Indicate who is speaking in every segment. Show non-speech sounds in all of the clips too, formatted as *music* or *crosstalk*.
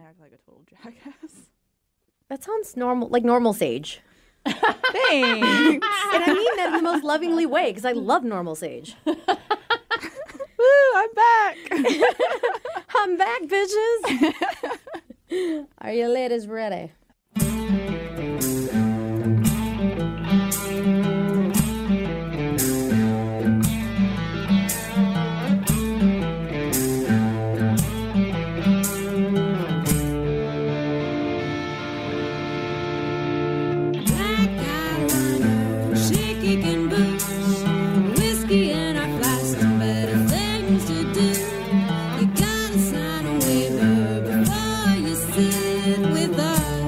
Speaker 1: act like a total *laughs* jackass.
Speaker 2: That sounds normal, like normal Sage.
Speaker 1: *laughs* Thanks.
Speaker 2: And I mean that in the most lovingly way because I love normal Sage.
Speaker 1: Woo, I'm back. *laughs*
Speaker 2: I'm back, bitches. *laughs* Are you ladies ready?
Speaker 3: Black eyeliner, shaky and boots, whiskey in our flask, better things to do. You gotta sign a waiver before you sit with us.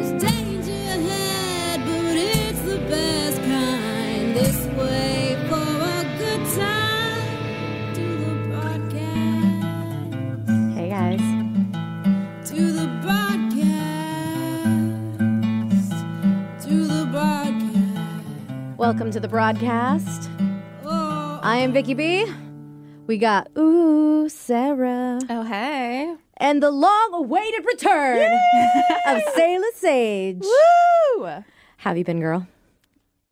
Speaker 3: There's danger ahead, but it's the best kind. This way for a good time. To the broadcast
Speaker 2: Hey guys.
Speaker 3: to the broadcast, to the broadcast.
Speaker 2: Welcome to the broadcast.
Speaker 3: Oh,
Speaker 2: I am Vicky B. We got ooh Sarah
Speaker 1: oh, hey.
Speaker 2: and the long-awaited return of Sailor Sage.
Speaker 1: Woo!
Speaker 2: How have you been, girl?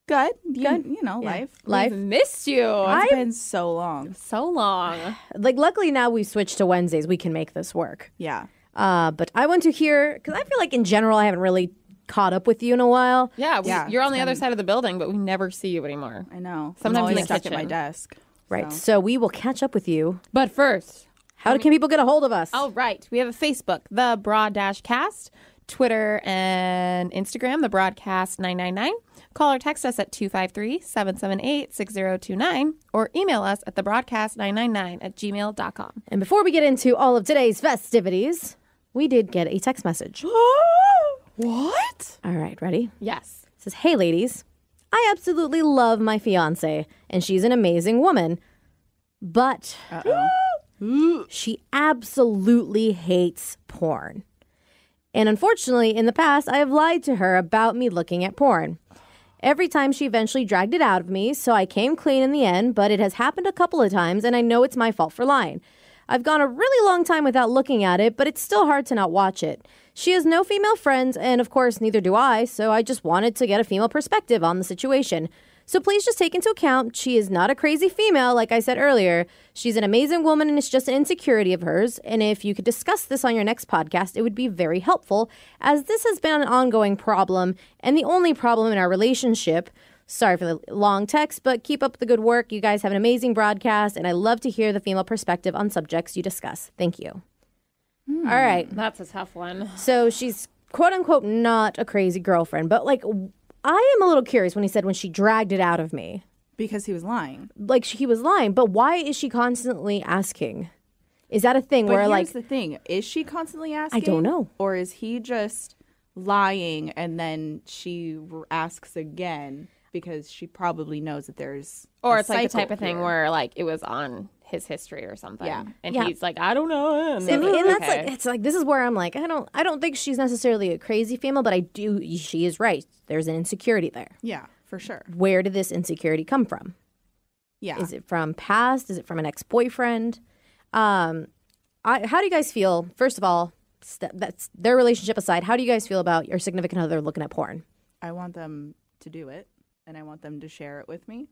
Speaker 1: Good. Good. You know, life. Mm-hmm.
Speaker 2: Life.
Speaker 4: missed you
Speaker 1: It's
Speaker 2: I
Speaker 1: been so long.
Speaker 4: so long.
Speaker 2: like. Luckily now we switched to Wednesdays. We can make this work.
Speaker 1: Yeah.
Speaker 2: Uh, but I want to hear because I feel like in general I haven't really caught up with you in a while.
Speaker 4: Yeah, we,
Speaker 1: Yeah,
Speaker 4: you're on the other side of the building, but we never see you anymore.
Speaker 1: I know.
Speaker 4: Sometimes
Speaker 1: I'm always
Speaker 4: in the
Speaker 1: stuck at my
Speaker 4: kitchen.
Speaker 1: desk.
Speaker 2: Right. So we will catch up with you.
Speaker 4: But first,
Speaker 2: How can people get a hold of us?
Speaker 4: all right, we have a Facebook, the Broad Dash Cast, Twitter and Instagram, the Broadcast 999. Call or text us at 253 778 6029 or email us at thebroadcast999 at gmail.com.
Speaker 2: And before we get into all of today's festivities, we did get a text message.
Speaker 1: what?
Speaker 2: All right, ready?
Speaker 4: Yes.
Speaker 2: It says, Hey, ladies, I absolutely love my fiance, and she's an amazing woman. But *gasps* she absolutely hates porn. And unfortunately, in the past, I have lied to her about me looking at porn. Every time she eventually dragged it out of me, so I came clean in the end, but it has happened a couple of times, and I know it's my fault for lying. I've gone a really long time without looking at it, but it's still hard to not watch it. She has no female friends, and of course, neither do I, so I just wanted to get a female perspective on the situation. So please just take into account she is not a crazy female, like I said earlier. She's an amazing woman and it's just an insecurity of hers. And if you could discuss this on your next podcast, it would be very helpful, as this has been an ongoing problem and the only problem in our relationship. Sorry for the long text, but keep up the good work. You guys have an amazing broadcast, and I love to hear the female perspective on subjects you discuss. Thank you. All right.
Speaker 4: That's a tough one.
Speaker 2: So she's quote unquote not a crazy girlfriend, but like I am a little curious when he said when she dragged it out of me
Speaker 1: Because he was lying.
Speaker 2: like she, he was lying, but why is she constantly asking? Is that a thing
Speaker 1: But
Speaker 2: where
Speaker 1: here's
Speaker 2: like
Speaker 1: the thing: is she constantly asking?
Speaker 2: know.
Speaker 1: Or is he just lying and then she r- asks again because she probably knows that there's oh,
Speaker 4: Or
Speaker 1: a
Speaker 4: it's like the
Speaker 1: cycle
Speaker 4: type of thing
Speaker 1: here.
Speaker 4: where like it was on his history or something.
Speaker 1: Yeah.
Speaker 4: And
Speaker 2: Yeah.
Speaker 4: he's like, I don't know. And
Speaker 2: and,
Speaker 4: then-
Speaker 2: and that's
Speaker 4: okay.
Speaker 2: like it's like this is where I'm like I don't I don't think she's necessarily a crazy female, but I do she is right. There's an insecurity there.
Speaker 1: yeah, for sure.
Speaker 2: Where did this insecurity come from?
Speaker 1: Yeah,
Speaker 2: Is it from past? Is it from an ex boyfriend? Um, I, how do you guys feel? First of all, st- that's their relationship aside. How do you guys feel about your significant other looking at porn?
Speaker 1: I want them to do it, and I want them to share it with
Speaker 4: *laughs*
Speaker 1: me.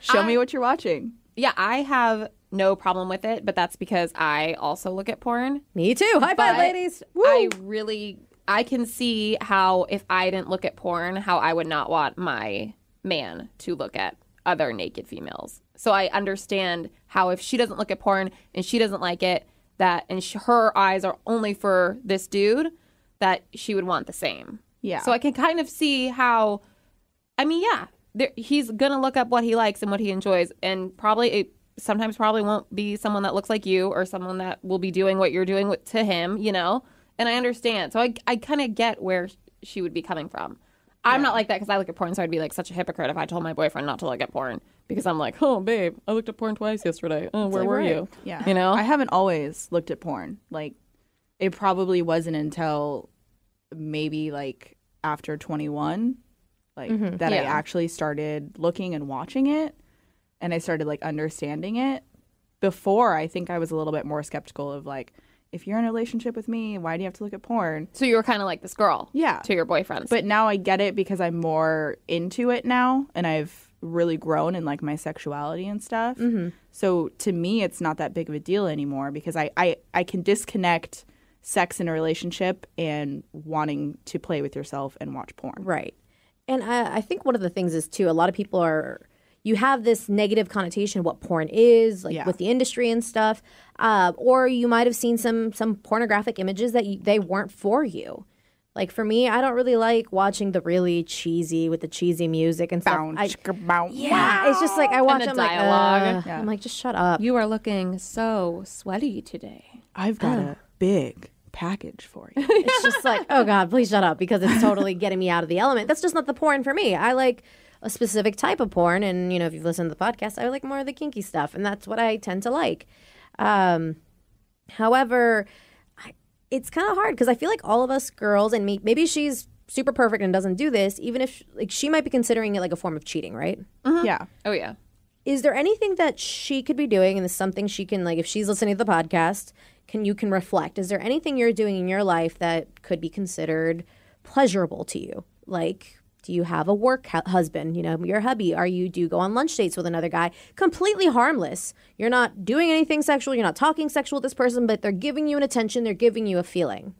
Speaker 1: Show me what you're watching.
Speaker 4: Yeah, I have no problem with it, but that's because I also look at porn.
Speaker 2: Me too. High five,
Speaker 4: But
Speaker 2: ladies.
Speaker 4: I really I can see how if I didn't look at porn, how I would not want my man to look at other naked females. So I understand how if she doesn't look at porn and she doesn't like it, that and sh- her eyes are only for this dude, that she would want the same.
Speaker 1: Yeah.
Speaker 4: So I can kind of see how I mean, yeah, there, he's gonna look up what he likes and what he enjoys, and probably it sometimes probably won't be someone that looks like you or someone that will be doing what you're doing with, to him, you know. And I understand, so I I kind of get where she would be coming from. I'm not like that because I look at porn, so I'd be like such a hypocrite if I told my boyfriend not to look at porn because I'm like, oh babe, I looked at porn twice yesterday. Oh, where were you?
Speaker 1: Yeah,
Speaker 4: you know.
Speaker 1: I haven't always looked at porn. Like, it probably wasn't until maybe like after 21, like that I
Speaker 4: Mm-hmm. Yeah.
Speaker 1: actually started looking and watching it, and I started like understanding it. before I think I was a little bit more skeptical of like, if you're in a relationship with me, why do you have to look at porn?
Speaker 4: So you were kind of like this girl,
Speaker 1: Yeah.
Speaker 4: to your boyfriends.
Speaker 1: But now I get it because I'm more into it now and I've really grown in like my sexuality and stuff.
Speaker 2: Mm-hmm.
Speaker 1: So to me, it's not that big of a deal anymore because I, I, I can disconnect sex in a relationship and wanting to play with yourself and watch porn.
Speaker 2: Right. And I, I think one of the things is too, a lot of people are, you have this negative connotation of what porn is, like
Speaker 1: Yeah.
Speaker 2: with the industry and stuff. Uh, or you might have seen some some pornographic images that you, they weren't for you. Like for me, I don't really like watching the really cheesy with the cheesy music and stuff.
Speaker 1: Bounce,
Speaker 2: I,
Speaker 1: bounce.
Speaker 2: yeah, it's just like I watch.
Speaker 4: the
Speaker 2: I'm like,
Speaker 4: dialogue.
Speaker 2: "Ugh." I'm like, just shut up.
Speaker 4: you are looking so sweaty today.
Speaker 1: I've got a big package for you.
Speaker 2: it's just like, oh God, please shut up because it's totally getting me out of the element. That's just not the porn for me. I like a specific type of porn. And, you know, if you've listened to the podcast, I like more of the kinky stuff. And that's what I tend to like. Um, however, I, it's kind of hard because I feel like all of us girls, and me, maybe she's super perfect and doesn't do this, even if, like, she might be considering it like a form of cheating, right?
Speaker 1: yeah.
Speaker 4: Oh yeah.
Speaker 2: is there anything that she could be doing and is something she can like if she's listening to the podcast can you can reflect is there anything you're doing in your life that could be considered pleasurable to you like do you have a work hu- husband you know your hubby are you do you go on lunch dates with another guy completely harmless you're not doing anything sexual you're not talking sexual with this person but they're giving you an attention they're giving you a feeling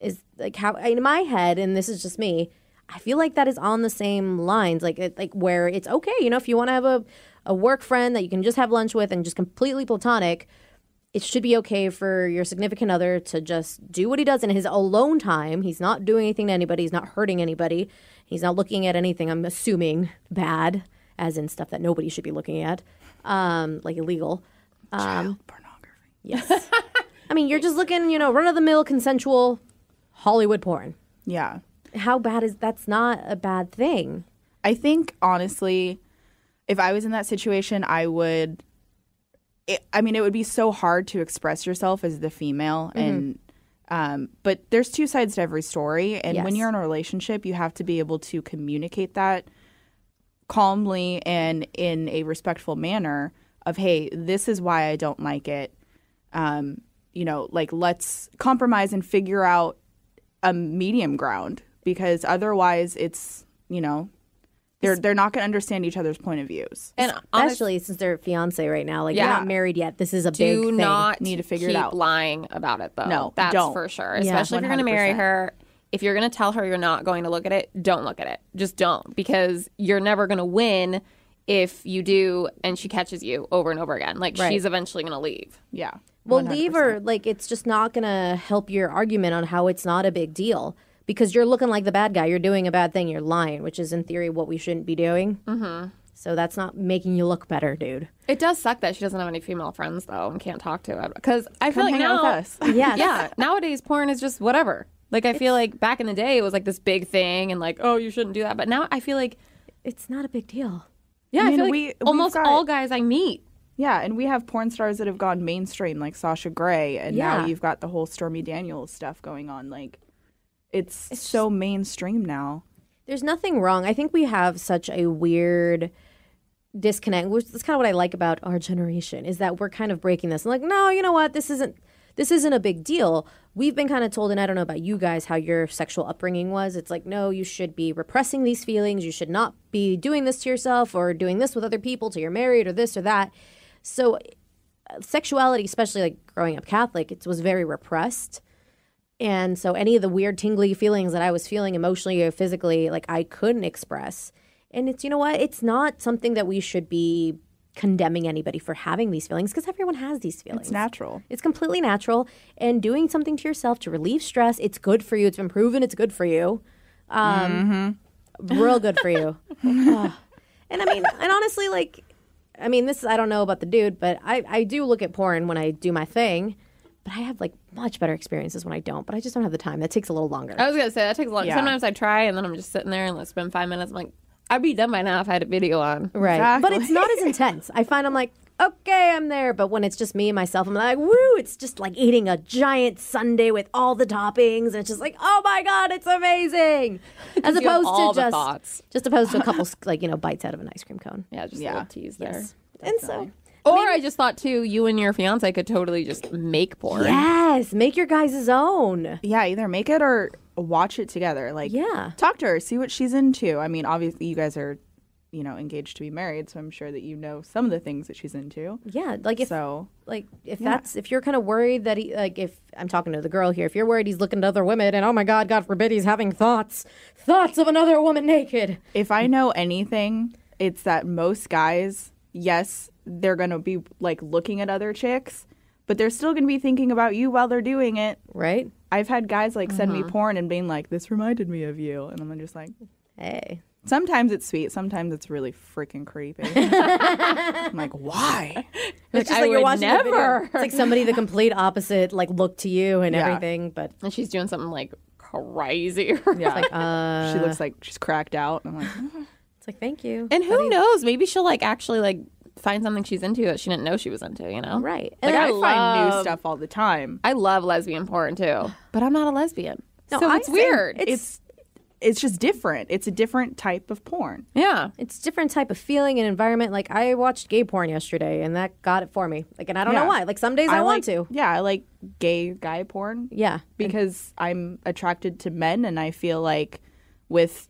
Speaker 2: is like how in my head and this is just me i feel like that is on the same lines like it, like where it's okay you know if you want to have a, a work friend that you can just have lunch with and just completely platonic it should be okay for your significant other to just do what he does in his alone time he's not doing anything to anybody he's not hurting anybody he's not looking at anything i'm assuming bad as in stuff that nobody should be looking at um like illegal Um,
Speaker 1: Child pornography.
Speaker 2: yes i mean you're just looking you know run of the mill consensual hollywood porn
Speaker 1: Yeah.
Speaker 2: how bad is that's not a bad thing
Speaker 1: I think honestly, if I was in that situation, I would. It, I mean, it would be so hard to express yourself as the female, and um, but there's two sides to every story, and when
Speaker 2: Yes.
Speaker 1: you're in a relationship, you have to be able to communicate that calmly and in a respectful manner. Of hey, this is why I don't like it. Um, you know, like let's compromise and figure out a medium ground because otherwise, it's you know they're they're not going to understand each other's point of views.
Speaker 4: And honestly,
Speaker 2: especially since they're fiance right now like they're
Speaker 4: Yeah.
Speaker 2: not married yet this is a big
Speaker 4: do
Speaker 2: thing
Speaker 4: not
Speaker 1: Need to figure it
Speaker 4: keep
Speaker 1: out.
Speaker 4: lying about it though.
Speaker 1: No,
Speaker 4: that's
Speaker 1: don't.
Speaker 4: for sure.
Speaker 2: Yeah,
Speaker 4: Especially if you're going to marry her. If you're going to tell her you're not going to look at it, don't look at it. Just don't because you're never going to win if you do and she catches you over and over again. Like
Speaker 2: Right.
Speaker 4: she's eventually going to leave.
Speaker 1: Yeah.
Speaker 2: well leave her like it's just not gonna help your argument on how it's not a big deal because you're looking like the bad guy you're doing a bad thing you're lying which is in theory what we shouldn't be doing mm-hmm. so that's not making you look better dude
Speaker 4: It does suck that she doesn't have any female friends though and can't talk to it because I feel
Speaker 1: Come
Speaker 4: like
Speaker 1: hang
Speaker 4: now
Speaker 1: out with us. *laughs*
Speaker 2: *laughs* yeah
Speaker 4: *laughs* yeah. Nowadays, porn is just whatever. Like I feel like back in the day, it was like this big thing, and like, oh, you shouldn't do that. But now I feel like,
Speaker 2: it's not a big deal
Speaker 4: yeah, I,
Speaker 1: mean,
Speaker 4: feel like
Speaker 1: we- we've
Speaker 4: almost
Speaker 1: got-
Speaker 4: all guys I meet.
Speaker 1: Yeah, and we have porn stars that have gone mainstream like Sasha Grey and
Speaker 2: Yeah.
Speaker 1: now you've got the whole Stormy Daniels stuff going on like it's, so mainstream now.
Speaker 2: There's nothing wrong. I think we have such a weird disconnect, which is kind of what I like about our generation is that we're kind of breaking this. i like, no, you know what? This isn't this isn't a big deal. We've been kind of told, and I don't know about you guys, how your sexual upbringing was. It's like, no, you should be repressing these feelings. You should not be doing this to yourself or doing this with other people till you're married or this or that. So, uh, sexuality, especially like growing up Catholic, it was very repressed. And so any of the weird tingly feelings that I was feeling emotionally or physically, like I couldn't express. And it's, you know what? It's not something that we should be condemning anybody for having these feelings because everyone has these feelings.
Speaker 1: It's natural.
Speaker 2: It's completely natural. And doing something to yourself to relieve stress, it's good for you. It's been proven it's good for you. Um, Real good for you. *sighs* Ah. and I mean, and honestly, like, I mean, this, I don't know about the dude, but I, I do look at porn when I do my thing. But I have like much better experiences when I don't, but I just don't have the time. That takes a little longer.
Speaker 4: I was gonna say that takes a long.
Speaker 1: Yeah.
Speaker 4: Sometimes I try, and then I'm just sitting there and let's spend five minutes. I'm like, I'd be done by now if I had a video on.
Speaker 2: Right. But
Speaker 1: Exactly.
Speaker 2: it's not as intense. I find I'm like, okay, I'm there. But when it's just me and myself, I'm like, woo, it's just like eating a giant sundae with all the toppings. And it's just like, oh my God, it's
Speaker 4: *laughs*
Speaker 2: amazing. As
Speaker 4: you have
Speaker 2: opposed
Speaker 4: all
Speaker 2: to
Speaker 4: the
Speaker 2: just,
Speaker 4: thoughts. *laughs*
Speaker 2: just opposed to a couple, like, you know, bites out of an ice cream cone.
Speaker 4: Yeah, just a
Speaker 1: Yeah.
Speaker 4: little tease there.
Speaker 2: And so
Speaker 4: Or I just thought too, you and your fiance could totally just make porn.
Speaker 2: Yes, make your guys' own.
Speaker 1: Yeah, either make it or watch it together. Like,
Speaker 2: Yeah.
Speaker 1: talk to her, see what she's into. I mean, obviously, you guys are, you know, engaged to be married, so I'm sure that you know some of the things that she's into.
Speaker 2: Yeah, like if
Speaker 1: So,
Speaker 2: like if that's if you're kind of worried that he like if I'm talking to the girl here, if you're worried he's looking at other women and oh my god, God forbid he's having thoughts, thoughts of another woman naked.
Speaker 1: if I know anything, it's that most guys, yes, they're gonna be like looking at other chicks, but they're still gonna be thinking about you while they're doing it.
Speaker 2: Right?
Speaker 1: I've had guys like send
Speaker 2: Mm-hmm.
Speaker 1: me porn and being like, "This reminded me of you," and I'm just like,
Speaker 2: Hey.
Speaker 1: Sometimes it's sweet. Sometimes it's really freaking
Speaker 2: *laughs*
Speaker 1: creepy. I'm like, why?
Speaker 2: It's
Speaker 4: I would
Speaker 2: the video.
Speaker 4: never.
Speaker 2: It's like somebody the complete opposite, like look to you and
Speaker 1: Yeah.
Speaker 2: everything, but
Speaker 4: And she's doing something like crazy. *laughs*
Speaker 1: Yeah.
Speaker 2: uh
Speaker 1: she looks like she's cracked out. And I'm like,
Speaker 2: it's like thank you.
Speaker 4: And who knows? Maybe she'll like actually like find something she's into that she didn't know she was into. You know?
Speaker 2: right.
Speaker 4: Like
Speaker 2: And
Speaker 1: I,
Speaker 4: I,
Speaker 1: find new
Speaker 4: love-
Speaker 1: stuff all the time.
Speaker 4: I love lesbian porn too, *sighs* but I'm not a lesbian.
Speaker 2: No,
Speaker 4: so
Speaker 2: I
Speaker 4: it's
Speaker 2: say
Speaker 4: weird.
Speaker 2: it's-
Speaker 1: It's it's just different. It's a different type of porn.
Speaker 4: yeah.
Speaker 2: it's different type of feeling and environment. Like I watched gay porn yesterday and that got it for me. Like and I don't know
Speaker 1: Yeah.
Speaker 2: why. Like some days I, want
Speaker 1: like-
Speaker 2: to.
Speaker 1: Yeah, I like gay guy porn
Speaker 2: Yeah.
Speaker 1: because I'm attracted to men, and I feel like with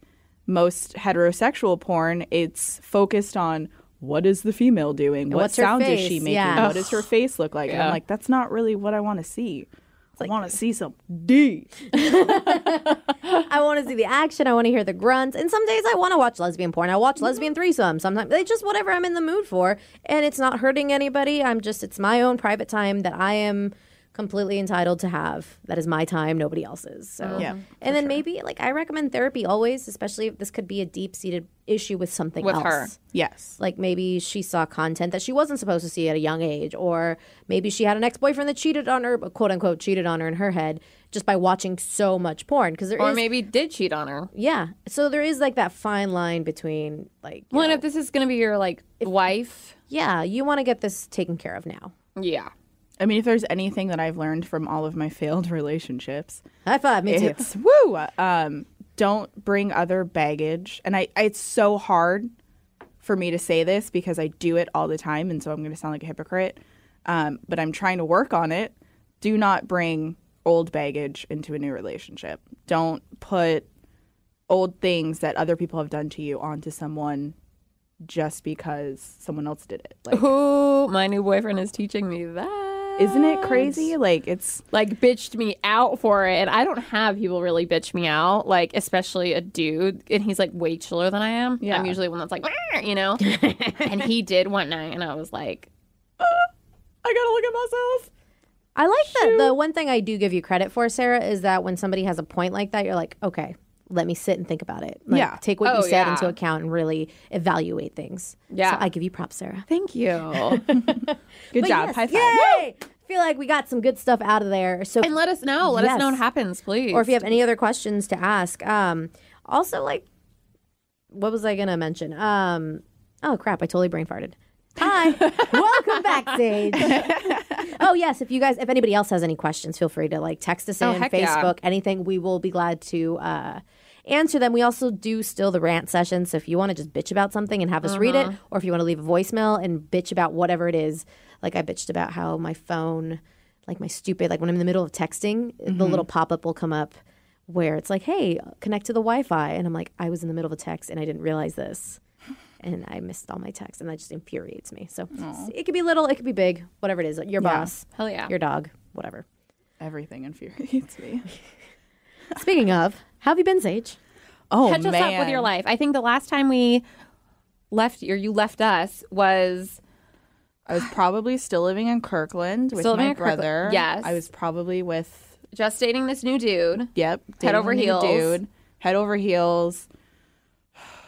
Speaker 1: most heterosexual porn, it's focused on what is the female doing, what
Speaker 2: what's her
Speaker 1: sounds is
Speaker 2: face?
Speaker 1: she making,
Speaker 2: Yeah.
Speaker 1: what does her face look like. And I'm
Speaker 4: Yeah.
Speaker 1: like, that's not really what I want to see. I want to see some D.
Speaker 2: I want to see the action. I want to hear the grunts. And some days I want to watch lesbian porn. I
Speaker 4: Mm-hmm.
Speaker 2: watch lesbian threesomes. Sometimes it's just whatever I'm in the mood for, and it's not hurting anybody. I'm just it's my own private time that I am completely entitled to have. That is my time, nobody else's.
Speaker 4: Oh,
Speaker 2: So
Speaker 1: Yeah,
Speaker 2: And then maybe like I recommend therapy always, especially if this could be a deep seated issue with something
Speaker 4: With
Speaker 2: else.
Speaker 4: her.
Speaker 1: Yes.
Speaker 2: Like maybe she saw content that she wasn't supposed to see at a young age, or maybe she had an ex boyfriend that cheated on her, quote unquote, cheated on her in her head just by watching so much porn. Because there is
Speaker 4: Or maybe did cheat on her.
Speaker 2: yeah. So there is like that fine line between like, you
Speaker 4: Well, and
Speaker 2: know,
Speaker 4: if this is gonna be your like wife,
Speaker 2: yeah, you want to get this taken care of now.
Speaker 4: yeah.
Speaker 1: I mean, if there's anything that I've learned from all of my failed *laughs* relationships,
Speaker 2: High five, me too.
Speaker 1: it's woo. Um, don't bring other baggage. And I, I, it's so hard for me to say this because I do it all the time, and so I'm going to sound like a hypocrite. Um, but I'm trying to work on it. Do not bring old baggage into a new relationship. Don't put old things that other people have done to you onto someone just because someone else did it. Like,
Speaker 4: Who my new boyfriend is teaching me that.
Speaker 1: isn't it crazy? Like it's
Speaker 4: like bitched me out for it. And I don't have people really bitch me out, like especially a dude. And he's like way chiller than I am.
Speaker 1: Yeah.
Speaker 4: I'm usually one that's like, "Wah,"
Speaker 1: *laughs*
Speaker 4: you know. and he did one night, and I was like,
Speaker 1: I gotta look at myself.
Speaker 2: I like that. The one thing I do give you credit for, Sarah, is that when somebody has a point like that, you're like, okay, let me sit and think about it. Like,
Speaker 1: Yeah.
Speaker 2: Take what
Speaker 4: Oh,
Speaker 2: you said
Speaker 4: yeah.
Speaker 2: into account and really evaluate things.
Speaker 4: Yeah.
Speaker 2: So I give you props, Sarah.
Speaker 4: "Thank you."
Speaker 1: *laughs* Good
Speaker 2: But
Speaker 1: job.
Speaker 2: yes,
Speaker 1: High five.
Speaker 2: Yay! I feel like we got some good stuff out of there. So
Speaker 4: and let us know. Let
Speaker 2: Yes.
Speaker 4: us know what happens, please.
Speaker 2: or if you have any other questions to ask. Um, also, like, what was I gonna mention? Um, oh crap, I totally brain farted. Hi, welcome back, Sage. oh yes, if you guys, if anybody else has any questions, feel free to like text us in
Speaker 4: Oh, heck
Speaker 2: Facebook,
Speaker 4: yeah.
Speaker 2: anything. We will be glad to. Uh, Answer them. We also do still the rant session. So if you want to just bitch about something and have us read
Speaker 4: Uh-huh.
Speaker 2: it, or if you want to leave a voicemail and bitch about whatever it is, like I bitched about how my phone, like my stupid, like when I'm in the middle of texting,
Speaker 4: Mm-hmm.
Speaker 2: the little pop up will come up where it's like, hey, connect to the Wi Fi. And I'm like, I was in the middle of a text and I didn't realize this. And I missed all my texts, and that just infuriates me. So it could be little, it could be big, whatever it is. Your boss,
Speaker 4: Hell yeah.
Speaker 2: your dog, whatever.
Speaker 1: Everything infuriates me.
Speaker 2: Speaking of, how have you been, Sage?
Speaker 1: Oh
Speaker 4: catch us up with your life. I think the last time we left or you left us was
Speaker 1: I was probably still living in Kirkland with
Speaker 4: Still living
Speaker 1: my
Speaker 4: in Kirkland.
Speaker 1: brother.
Speaker 4: Yes.
Speaker 1: I was probably with
Speaker 4: just dating this new dude.
Speaker 1: yep,
Speaker 4: Head
Speaker 1: dating
Speaker 4: over
Speaker 1: a new
Speaker 4: heels.
Speaker 1: dude, head over heels.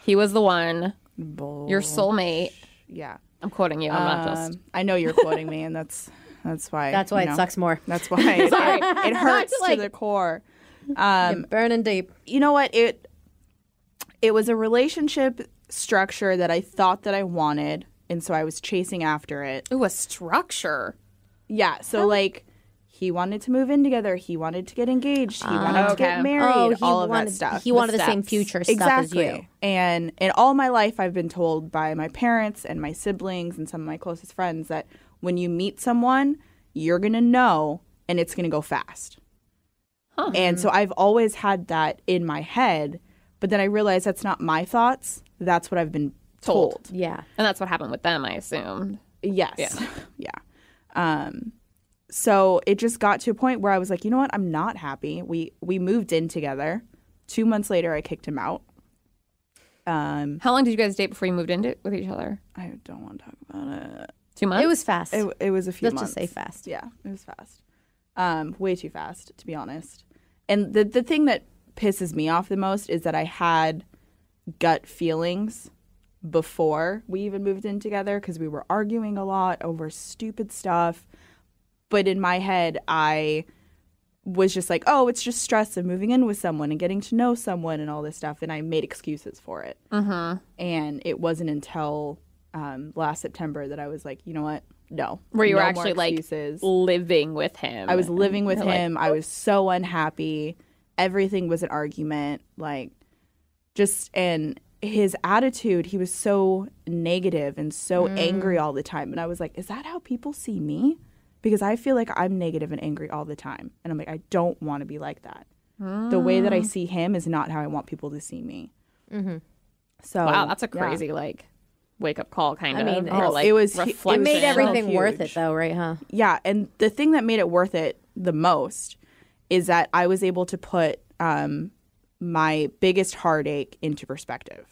Speaker 4: He was the one,
Speaker 1: Bull.
Speaker 4: your soulmate.
Speaker 1: yeah.
Speaker 4: I'm quoting you. I'm not just.
Speaker 1: Oh, Um, I know you're quoting me, and that's that's why
Speaker 2: That's why
Speaker 1: you
Speaker 2: it
Speaker 1: know,
Speaker 2: sucks more.
Speaker 1: That's why it, it-
Speaker 4: *laughs*
Speaker 1: it hurts to,
Speaker 4: like-
Speaker 1: the core. Um,
Speaker 2: Burning deep.
Speaker 1: you know what it it was a relationship structure that I thought that I wanted, and so I was chasing after it.
Speaker 4: Ooh, a structure.
Speaker 2: Oh.
Speaker 1: Yeah. So like He wanted to move in together. He wanted to get engaged. He wanted to
Speaker 4: Okay.
Speaker 1: get married. all of
Speaker 2: Oh, wanted,
Speaker 1: that stuff.
Speaker 2: He wanted the, same
Speaker 4: steps.
Speaker 2: future
Speaker 1: exactly.
Speaker 2: stuff as you.
Speaker 1: And in all my life, I've been told by my parents and my siblings and some of my closest friends that when you meet someone, you're going to know and it's going to go fast.
Speaker 4: Huh.
Speaker 1: And so I've always had that in my head. But then I realized that's not my thoughts. That's what I've been
Speaker 4: Told.
Speaker 1: told.
Speaker 2: Yeah.
Speaker 4: And that's what happened with them, I assumed.
Speaker 1: Yes. *laughs* Yeah. Um so it just got to a point where I was like, you know what? I'm not happy. We we moved in together. 2 months later I kicked him out. Um
Speaker 4: How long did you guys date before you moved into with each other?
Speaker 1: I don't want to talk about it.
Speaker 4: Two months.
Speaker 2: It was fast.
Speaker 1: It, it was a few
Speaker 2: Let's
Speaker 1: months.
Speaker 2: just say fast.
Speaker 1: Yeah, it was fast. Um way too fast to be honest. And the the thing that pisses me off the most is that I had gut feelings before we even moved in together because we were arguing a lot over stupid stuff. But in my head, I was just like, oh, it's just stress of moving in with someone and getting to know someone and all this stuff. And I made excuses for it.
Speaker 4: Mm-hmm.
Speaker 1: And it wasn't until um, last September that I was like, you know what? No.
Speaker 4: Where you were
Speaker 1: No more
Speaker 4: actually like
Speaker 1: excuses.
Speaker 4: living with him.
Speaker 1: I was living with
Speaker 4: You're like,
Speaker 1: him. I was so unhappy. Everything was an argument. Like, just, and his attitude, he was so negative and so
Speaker 4: Mm.
Speaker 1: angry all the time. And I was like, is that how people see me? Because I feel like I'm negative and angry all the time. And I'm like, I don't want to be like that. The way
Speaker 4: Mm.
Speaker 1: that I see him is not how I want people to see me. Mm-hmm. So,
Speaker 4: Wow, that's a
Speaker 1: yeah.
Speaker 4: crazy like wake up call kind
Speaker 2: I
Speaker 4: of.
Speaker 2: mean,
Speaker 4: or,
Speaker 2: it's-
Speaker 4: like,
Speaker 1: it was- it
Speaker 2: It
Speaker 4: reflection.
Speaker 1: was
Speaker 2: made everything
Speaker 1: huge.
Speaker 2: worth it though, right? Huh?
Speaker 1: yeah and the thing that made it worth it the most is that i was able to put um, my biggest heartache into perspective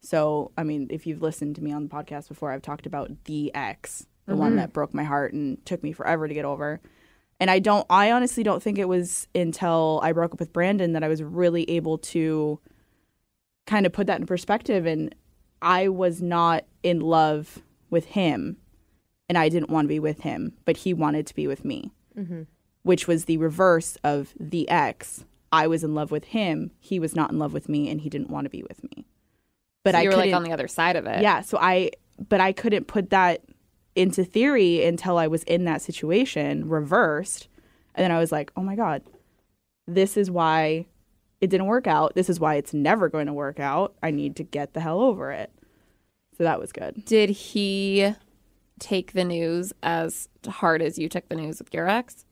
Speaker 1: so i mean if you've listened to me on the podcast before i've talked about the ex the one that broke my heart and took me forever to get over and i don't i honestly don't think it was until i broke up with brandon that i was really able to kind of put that in perspective and I was not in love with him and I didn't want to be with him, but he wanted to be with me.
Speaker 4: Mm-hmm.
Speaker 1: Which was the reverse of the ex. I was in love with him, he was not in love with me and he didn't want to be with me. But
Speaker 4: So
Speaker 1: I
Speaker 4: you were
Speaker 1: couldn't
Speaker 4: like on the other side of it.
Speaker 1: Yeah, so I but I couldn't put that into theory until I was in that situation reversed and then I was like, "Oh my god. This is why it didn't work out. This is why it's never going to work out. I need to get the hell over it. So that was good.
Speaker 4: Did he take the news as hard as you took the news with your ex?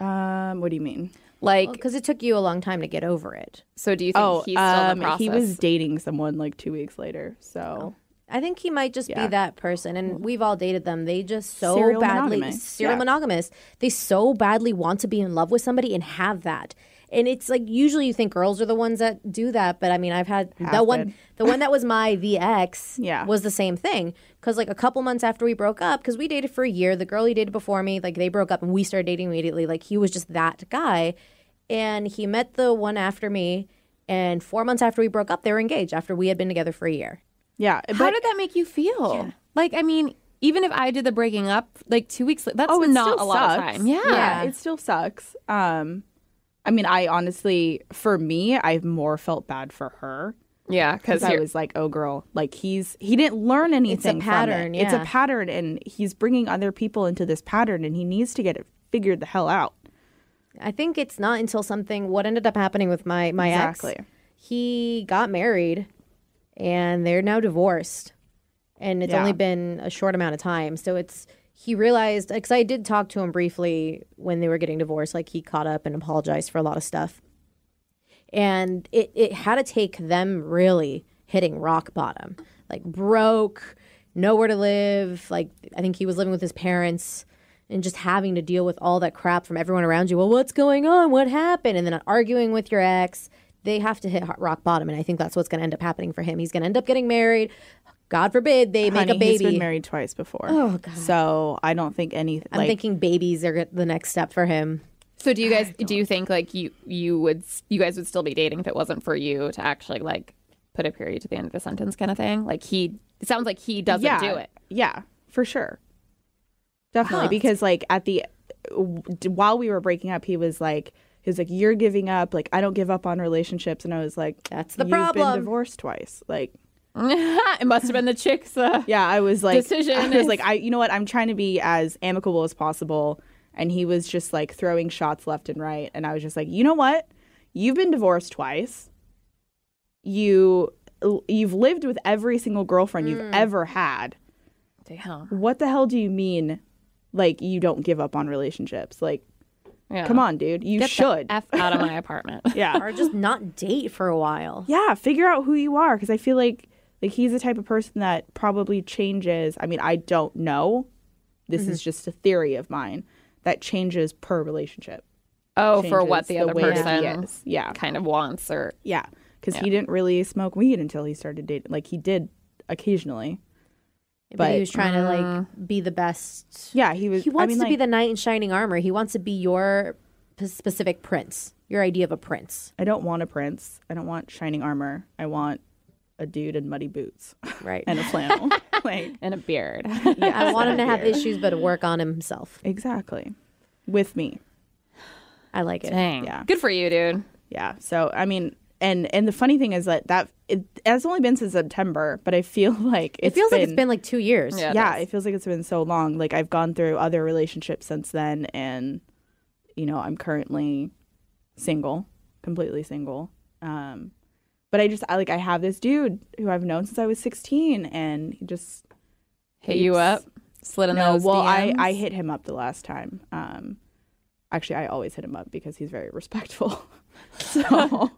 Speaker 1: Um, what do you mean?
Speaker 4: Like,
Speaker 2: Because it took you a long time to get over it.
Speaker 4: so do you think
Speaker 1: Oh,
Speaker 4: he's still in the
Speaker 1: um,
Speaker 4: process? Oh.
Speaker 1: he was dating someone like two weeks later. So
Speaker 2: I think he might just
Speaker 1: Yeah. Mm-hmm.
Speaker 2: be that person, and we've all dated them. They just so
Speaker 1: Serial
Speaker 2: badly
Speaker 1: monogamous.
Speaker 2: serial
Speaker 1: Yeah.
Speaker 2: monogamous. They so badly want to be in love with somebody and have that. And it's like usually you think girls are the ones that do that, but I mean I've had that one.
Speaker 1: been.
Speaker 2: The one that was my the ex
Speaker 1: *laughs* Yeah.
Speaker 2: was the same thing because like a couple months after we broke up, because we dated for a year, the girl he dated before me, like they broke up and we started dating immediately. Like he was just that guy, and he met the one after me, and four months after we broke up, they were engaged after we had been together for a year.
Speaker 1: yeah,
Speaker 4: How
Speaker 1: but
Speaker 4: did that make you feel? Like, I mean, even if I did the breaking up, like two weeks, la- that's
Speaker 1: oh, it
Speaker 4: not
Speaker 1: still
Speaker 4: a lot
Speaker 1: sucks.
Speaker 4: of time. Yeah.
Speaker 1: yeah, it still sucks. Um, I mean, I honestly, for me, I've more felt bad for her
Speaker 4: Yeah. Because
Speaker 1: because I was like, oh, girl, like he's he didn't learn anything. from it.
Speaker 2: pattern,
Speaker 1: It's a
Speaker 2: yeah.
Speaker 1: pattern, and he's bringing other people into this pattern, and he needs to get it figured the hell out.
Speaker 2: I think it's not until something what ended up happening with my my
Speaker 1: Exactly.
Speaker 2: ex. He got married and they're now divorced. And it's
Speaker 1: Yeah.
Speaker 2: only been a short amount of time. So it's he realized cuz I did talk to him briefly when they were getting divorced like he caught up and apologized for a lot of stuff. And it it had to take them really hitting rock bottom. Like broke, nowhere to live, like I think he was living with his parents and just having to deal with all that crap from everyone around you. Well, what's going on? What happened? And then arguing with your ex. They have to hit ho- rock bottom, and I think that's what's going to end up happening for him. He's going to end up getting married. God forbid they make
Speaker 1: Honey,
Speaker 2: a
Speaker 1: he's been
Speaker 2: baby.
Speaker 1: married twice before. Oh god. So I don't think anything.
Speaker 2: I'm thinking babies are go- the next step for him.
Speaker 4: so do you guys, do you think like you, you would, s- you guys would still be dating if it wasn't for you to actually like put a period to the end of the sentence kind of thing? Like he, it sounds like he doesn't do it. *laughs*
Speaker 1: Yeah, for sure. Definitely, because like at the while we were breaking up, he was like, he was like, "You're giving up." Like, I don't give up on relationships, and I was like,
Speaker 2: That's the
Speaker 1: You've
Speaker 2: problem."
Speaker 1: Been divorced twice. Like,
Speaker 4: it must have been the chicks. Uh,
Speaker 1: Yeah, I was like, *laughs*
Speaker 4: Decision
Speaker 1: I was
Speaker 4: is-
Speaker 1: like, I, you know what? I'm trying to be as amicable as possible, and he was just like throwing shots left and right, and I was just like, you know what? You've been divorced twice. You you've lived with every single girlfriend
Speaker 4: Mm.
Speaker 1: you've ever had.
Speaker 4: *laughs* Damn.
Speaker 1: What the hell do you mean? Like you don't give up on relationships? Like,
Speaker 4: Yeah.
Speaker 1: come on, dude, you
Speaker 4: Get the
Speaker 1: should.
Speaker 4: F out of my
Speaker 1: *laughs*
Speaker 4: apartment.
Speaker 1: yeah,
Speaker 2: or just not date for a
Speaker 1: *laughs*
Speaker 2: while.
Speaker 1: yeah figure out who you are because i feel like like he's the type of person that probably changes i mean i don't know this
Speaker 4: Mm-hmm.
Speaker 1: is just a theory of mine that changes per relationship
Speaker 4: *laughs* Oh, for
Speaker 1: Changes
Speaker 4: what the other
Speaker 1: way that he
Speaker 4: person
Speaker 1: is. yeah
Speaker 4: kind of wants or
Speaker 1: yeah because he didn't really smoke weed until he started dating like he did occasionally
Speaker 2: But,
Speaker 1: But- uh,
Speaker 2: he was trying to like be the best.
Speaker 1: yeah he was
Speaker 2: He
Speaker 1: I
Speaker 2: wants
Speaker 1: mean,
Speaker 2: to be
Speaker 1: like,
Speaker 2: the knight in shining armor. He wants to be your p- specific prince, your idea of a prince,
Speaker 1: i don't want a prince i don't want shining armor i want a dude in muddy boots *laughs*
Speaker 2: right?
Speaker 1: and a flannel like
Speaker 4: and a
Speaker 1: *laughs*
Speaker 4: beard.
Speaker 2: *laughs*
Speaker 4: *laughs*
Speaker 2: I want him to have issues, but work on himself.
Speaker 1: exactly with me
Speaker 2: I like it.
Speaker 4: Dang.
Speaker 1: Yeah.
Speaker 4: Good for you, dude.
Speaker 1: Yeah. So I mean, and and the funny thing is that that it has only been since September, but I feel *laughs* like
Speaker 2: It feels like it's been like two years.
Speaker 4: Yeah.
Speaker 1: yeah,
Speaker 4: does.
Speaker 1: it feels like it's been so long. Like I've gone through other relationships since then, and you know I'm currently single, completely single. Um, but I just I like I have this dude who I've known since I was 16, and he just
Speaker 4: Hit you up.
Speaker 1: Heaps.
Speaker 4: Slid in
Speaker 1: no.
Speaker 4: those
Speaker 1: Well, I
Speaker 4: DMs.
Speaker 1: I hit him up the last time. Um, actually, I always hit him up because he's very *laughs* respectful. so.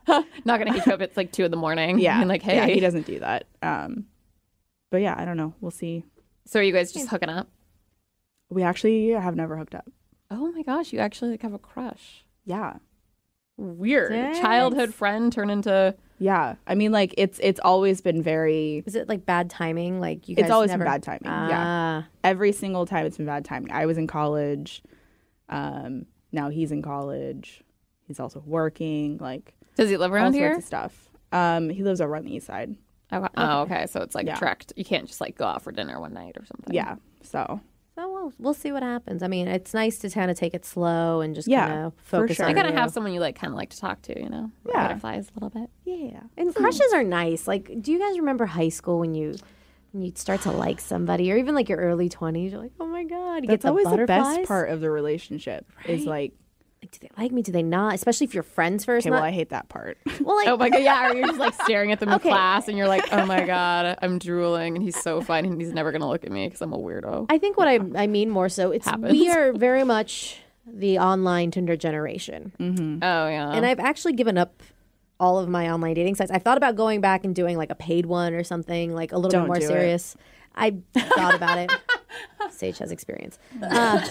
Speaker 4: *laughs* Not gonna hit *laughs* you up. It's like two in the morning.
Speaker 1: *laughs* Yeah.
Speaker 4: And *laughs* like, hey.
Speaker 1: yeah, he doesn't do that. Um, but yeah, I don't know. We'll see.
Speaker 4: So are you guys just hooking up?
Speaker 1: We actually have never hooked up.
Speaker 4: Oh my gosh, you actually like have a crush.
Speaker 1: Yeah,
Speaker 4: Weird.
Speaker 2: Yes.
Speaker 4: Childhood friend turn into
Speaker 1: yeah. I mean, like it's it's always been very.
Speaker 2: Is it like bad timing? Like you guys
Speaker 1: It's always
Speaker 2: never...
Speaker 1: been bad timing. Yeah,
Speaker 2: Ah,
Speaker 1: every single time it's been bad timing. I was in college. Um, now he's in college. He's also working. Like
Speaker 4: Does he live around
Speaker 1: all
Speaker 4: here?
Speaker 1: sorts of stuff. Um, he lives over on the east side.
Speaker 4: Oh, oh, okay. So it's like
Speaker 1: Yeah.
Speaker 4: tracked. You can't just like go out for dinner one night or something.
Speaker 1: Yeah. So
Speaker 2: So we'll, we'll see what happens. I mean, it's nice to kind of take it slow and just
Speaker 1: Yeah,
Speaker 2: kind of
Speaker 1: for
Speaker 2: focus
Speaker 1: sure.
Speaker 2: on
Speaker 4: You gotta
Speaker 2: you.
Speaker 4: have someone you like kind of like to talk to, you know?
Speaker 1: Yeah.
Speaker 4: Butterflies a little bit.
Speaker 1: yeah.
Speaker 2: And crushes are nice. Like, do you guys remember high school when you when you start to like somebody, or even like your early twenties? You're like, oh my god, you get
Speaker 1: That's
Speaker 2: the
Speaker 1: always the best
Speaker 2: butterflies?
Speaker 1: part of the relationship is like,
Speaker 2: Like, do they like me? Do they not? Especially if you're friends first.
Speaker 1: okay, well,
Speaker 2: not-
Speaker 1: I hate that part.
Speaker 2: *laughs* well, like,
Speaker 4: Oh my god, yeah. Or you're just like staring at them in
Speaker 2: Okay.
Speaker 4: class, and you're like, "Oh *laughs* my god, I'm drooling, and he's so fine, and he's never gonna look at me because I'm a weirdo."
Speaker 2: I think what I I mean more so, it's we are very much the online Tinder generation,
Speaker 4: oh yeah.
Speaker 2: and I've actually given up. All of my online dating sites. I thought about going back and doing like a paid one or something, like a little
Speaker 1: Don't
Speaker 2: bit more
Speaker 1: do it.
Speaker 2: serious. I thought
Speaker 1: *laughs*
Speaker 2: about it. Sage has experience. Uh,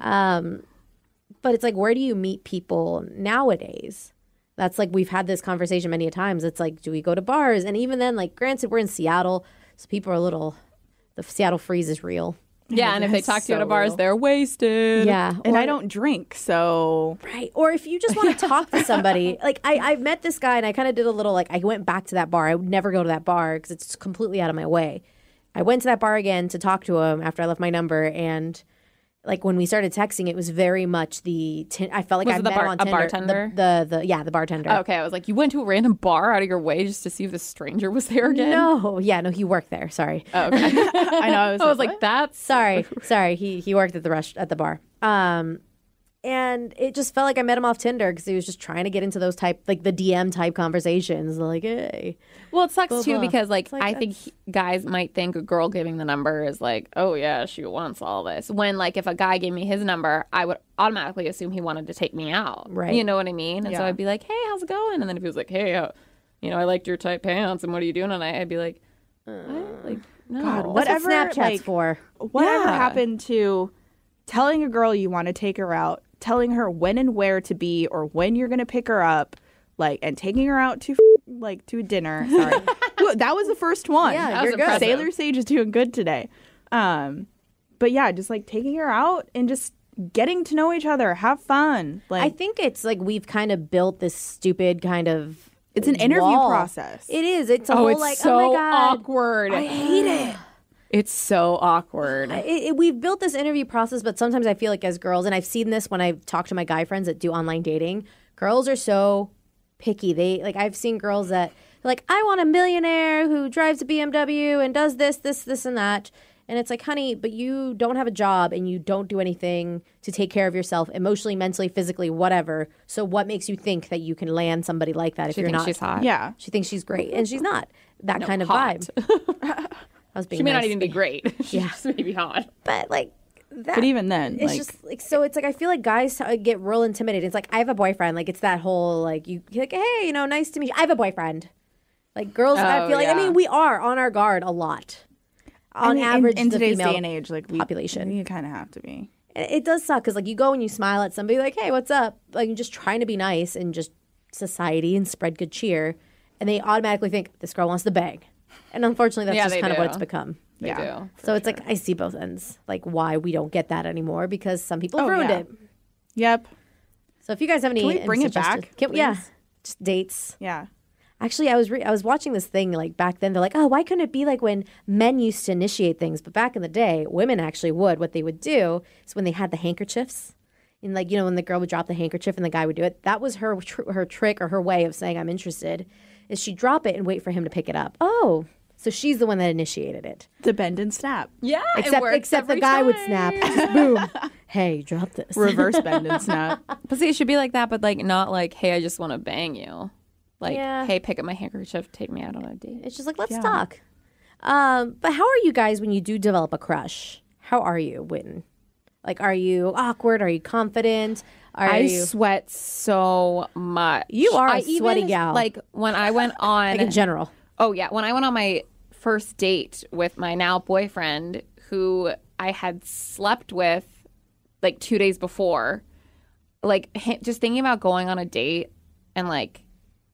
Speaker 2: um, but it's like, where do you meet people nowadays? That's like, we've had this conversation many a times. It's like, do we go to bars? And even then, like, granted, we're in Seattle, so people are a little, the Seattle freeze is real.
Speaker 4: yeah, and if they
Speaker 1: That's
Speaker 4: talk to you at
Speaker 1: so
Speaker 4: a bars,
Speaker 1: real.
Speaker 4: they're wasted.
Speaker 2: Yeah.
Speaker 1: and
Speaker 2: or-
Speaker 1: I don't drink, so
Speaker 2: Right. Or if you just
Speaker 4: *laughs*
Speaker 2: want to talk to somebody, like I, I met this guy and I kind of did a little, like, I went back to that bar. I would never go to that bar because it's completely out of my way. I went to that bar again to talk to him after I left my number. And like when we started texting, it was very much the, tin I felt like I
Speaker 4: Was it the
Speaker 2: met
Speaker 4: bar-
Speaker 2: him on
Speaker 4: a
Speaker 2: Tinder.
Speaker 4: bartender? Oh.
Speaker 2: The, the, the, yeah, the bartender.
Speaker 4: Okay, I was like, you went to a random bar out of your way just to see if the stranger was there again.
Speaker 2: No, yeah, no, he worked there. Sorry,
Speaker 4: Oh, okay.
Speaker 1: I know. I was,
Speaker 4: I was
Speaker 1: like,
Speaker 4: like, that's *laughs*
Speaker 2: sorry, sorry. He he worked at the rush at the bar. Um, and it just felt like I met him off Tinder because he was just trying to get into those type like the DM type conversations. Like, hey,
Speaker 4: Well, it sucks too
Speaker 2: blah.
Speaker 4: because like, I think he- guys might think a girl giving the number is like, oh yeah, she wants all this. When like if a guy gave me his number, I would automatically assume he wanted to take me out.
Speaker 2: Right.
Speaker 4: You know what I mean? And so
Speaker 1: Yeah.
Speaker 4: I'd be like, hey, how's it going? And then if he was like, hey, uh, you know, I liked your tight pants, and what are you doing tonight? I'd be like, what? like no.
Speaker 1: God, what-
Speaker 2: whatever
Speaker 1: Whatever,
Speaker 2: Snapchat's
Speaker 1: like-
Speaker 2: for.
Speaker 1: whatever
Speaker 4: Yeah.
Speaker 1: happened to telling a girl you want to take her out, telling her when and where to be or when you're going to pick her up, like, and taking her out to *laughs* f- like to a dinner. Sorry, Look, that was the first one.
Speaker 2: Yeah,
Speaker 4: That was
Speaker 2: you're good.
Speaker 4: impressive.
Speaker 1: Sailor Sage is doing good today. Um, but yeah, just like taking her out and just getting to know each other, have fun. Like,
Speaker 2: I think it's like we've kind of built this stupid kind of.
Speaker 1: It's an interview
Speaker 2: wall.
Speaker 1: process.
Speaker 2: It is. It's a
Speaker 4: Oh,
Speaker 2: whole
Speaker 4: it's
Speaker 2: like,
Speaker 4: so
Speaker 2: oh my god,
Speaker 4: awkward.
Speaker 2: I hate it.
Speaker 4: *gasps* It's so awkward.
Speaker 2: it, it- we've built this interview process, but sometimes I feel like as girls, and I've seen this when I've talked to my guy friends that do online dating, girls are so picky. They like I've seen girls that like, I want a millionaire who drives a BMW and does this, this, this, and that. And it's like, honey, but you don't have a job and you don't do anything to take care of yourself emotionally, mentally, physically, whatever. So what makes you think that you can land somebody like that if
Speaker 4: She
Speaker 2: you're
Speaker 4: thinks
Speaker 2: not?
Speaker 4: she's hot.
Speaker 1: Yeah.
Speaker 2: She thinks she's great and she's not. That kind of
Speaker 4: hot.
Speaker 2: vibe.
Speaker 4: *laughs*
Speaker 2: I was being
Speaker 4: She may
Speaker 2: nice.
Speaker 4: not even be great. *laughs* She just may be hot.
Speaker 2: but like that.
Speaker 1: But even then,
Speaker 2: It's
Speaker 1: like,
Speaker 2: just like so. It's like I feel like guys uh, get real intimidated. It's like I have a boyfriend. Like it's that whole like you you're like hey you know nice to meet you. I have a boyfriend. Like girls, I
Speaker 4: Oh,
Speaker 2: feel like I
Speaker 4: yeah.
Speaker 2: mean we are on our guard a lot. On
Speaker 1: I mean, in-
Speaker 2: average,
Speaker 1: in,
Speaker 2: the
Speaker 1: today's
Speaker 2: female
Speaker 1: day and age, like we,
Speaker 2: population.
Speaker 1: you kind of have to be.
Speaker 2: it it does suck because like you go and you smile at somebody like hey what's up like you're just trying to be nice and just society and spread good cheer and they automatically think this girl wants the bang and unfortunately that's
Speaker 4: Yeah,
Speaker 2: just
Speaker 4: they
Speaker 2: kind of what
Speaker 4: do.
Speaker 2: it's become
Speaker 4: They
Speaker 1: Yeah.
Speaker 4: do.
Speaker 2: so it's like i see both ends like why we don't get that anymore because some people have
Speaker 1: Oh,
Speaker 2: ruined
Speaker 1: yeah.
Speaker 2: it
Speaker 1: Yep.
Speaker 2: so if you guys have any
Speaker 1: we
Speaker 2: um,
Speaker 1: bring it
Speaker 2: suggested-
Speaker 1: back,
Speaker 2: can, yeah
Speaker 1: please?
Speaker 2: just dates
Speaker 1: Yeah.
Speaker 2: Actually, I was re- I was watching this thing like back then. They're like, oh, why couldn't it be like when men used to initiate things? But back in the day, women actually would. What they would do is when they had the handkerchiefs, and like you know when the girl would drop the handkerchief and the guy would do it. That was her tr- her trick or her way of saying I'm interested. Is she would drop it and wait for him to pick it up? Oh, so she's the one that initiated it.
Speaker 1: The bend and snap.
Speaker 4: Yeah.
Speaker 2: Except except the guy would snap. Just boom. Hey, drop
Speaker 1: *laughs*
Speaker 2: this.
Speaker 1: Reverse bend and *laughs* snap.
Speaker 4: But see, it should be like that, but like not like, hey, I just want to bang you. Like,
Speaker 2: Yeah.
Speaker 4: hey, pick up my handkerchief, take me out on a date.
Speaker 2: It's just like let's talk. Um, but how are you guys when you do develop a crush? How are you when? Like, are you awkward? Are you confident? Are
Speaker 4: I
Speaker 2: you
Speaker 4: sweat so much.
Speaker 2: You are a
Speaker 4: I
Speaker 2: sweaty gal.
Speaker 4: Like when I *laughs* went on,
Speaker 2: like in general?
Speaker 4: oh yeah, when I went on my first date with my now boyfriend, who I had slept with like two days before, like hi- just thinking about going on a date and like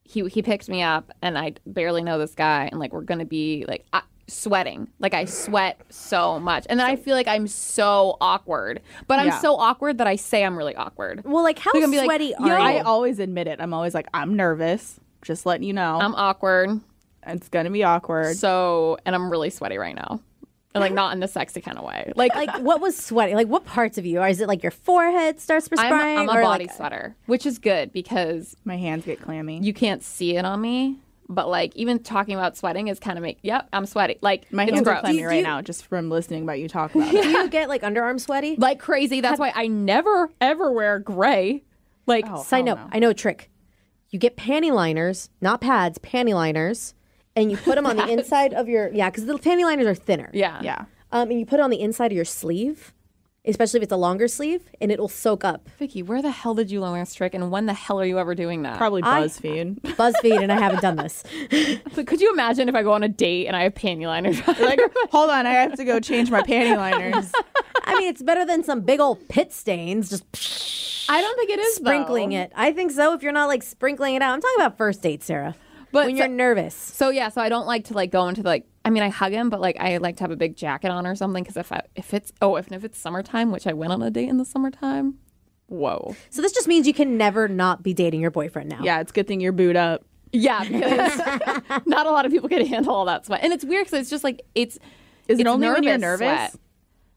Speaker 4: he he picked me up and I barely know this guy and like we're gonna be like I, sweating like I sweat so much and then I feel like I'm so awkward, but I'm
Speaker 1: Yeah.
Speaker 4: so awkward that I say I'm really awkward.
Speaker 2: Well, like how
Speaker 4: gonna be like,
Speaker 2: sweaty
Speaker 4: "Yo,
Speaker 2: are
Speaker 1: I
Speaker 2: you?
Speaker 1: always admit it. I'm always like, I'm nervous. Just letting you know,
Speaker 4: I'm awkward.
Speaker 1: it's gonna be awkward.
Speaker 4: So, and I'm really sweaty right now. And like not in the sexy kind of way. Like
Speaker 2: Like, like what was sweaty? Like what parts of you? Or is it like your forehead starts
Speaker 4: I'm,
Speaker 2: perspiring?
Speaker 4: I'm a
Speaker 2: or
Speaker 4: body
Speaker 2: like,
Speaker 4: sweater, which is good because
Speaker 1: My hands get clammy.
Speaker 4: you can't see it on me. But like even talking about sweating is kind of make yep, I'm sweaty. Like
Speaker 1: My
Speaker 4: it's
Speaker 1: hands are
Speaker 4: gross.
Speaker 1: clammy
Speaker 2: Do
Speaker 1: right
Speaker 2: you-
Speaker 1: now just from listening about you talk about
Speaker 2: Do *laughs*
Speaker 1: it.
Speaker 2: you get like underarm sweaty?
Speaker 4: Like crazy. That's why I never ever wear gray. Like
Speaker 1: Oh.
Speaker 2: So I know. I know a trick. You get panty liners, not pads, panty liners, and you put them
Speaker 4: *laughs*
Speaker 2: on the inside of your yeah, because the panty liners are thinner.
Speaker 4: yeah.
Speaker 1: Yeah.
Speaker 2: um, and you put it on the inside of your sleeve, especially if it's a longer sleeve, and it'll soak up.
Speaker 4: Vicky, where the hell did you learn this trick and when the hell are you ever doing that?
Speaker 1: Probably
Speaker 2: I-
Speaker 1: BuzzFeed.
Speaker 2: BuzzFeed, and I haven't done this. *laughs*
Speaker 4: But could you imagine if I go on a date and I have panty liners?
Speaker 1: *laughs* like, hold on, I have to go change my panty liners.
Speaker 2: I mean, it's better than some big old pit stains just
Speaker 4: I don't think it is though.
Speaker 2: sprinkling it. I think so. If you're not like sprinkling it out, I'm talking about first date, Sarah.
Speaker 4: But
Speaker 2: when you're
Speaker 4: so-
Speaker 2: nervous,
Speaker 4: So yeah, so I don't like to like go into like I mean I hug him, but like I like to have a big jacket on or something because if I, if it's oh if, if it's summertime, which I went on a date in the summertime, whoa
Speaker 2: so this just means you can never not be dating your boyfriend now.
Speaker 1: Yeah, it's a good thing you're boot up.
Speaker 4: yeah
Speaker 1: *laughs*
Speaker 4: because not a lot of people can handle all that sweat and it's weird because it's just like it's
Speaker 1: Is it
Speaker 4: it's
Speaker 1: only when you're nervous?
Speaker 4: sweat.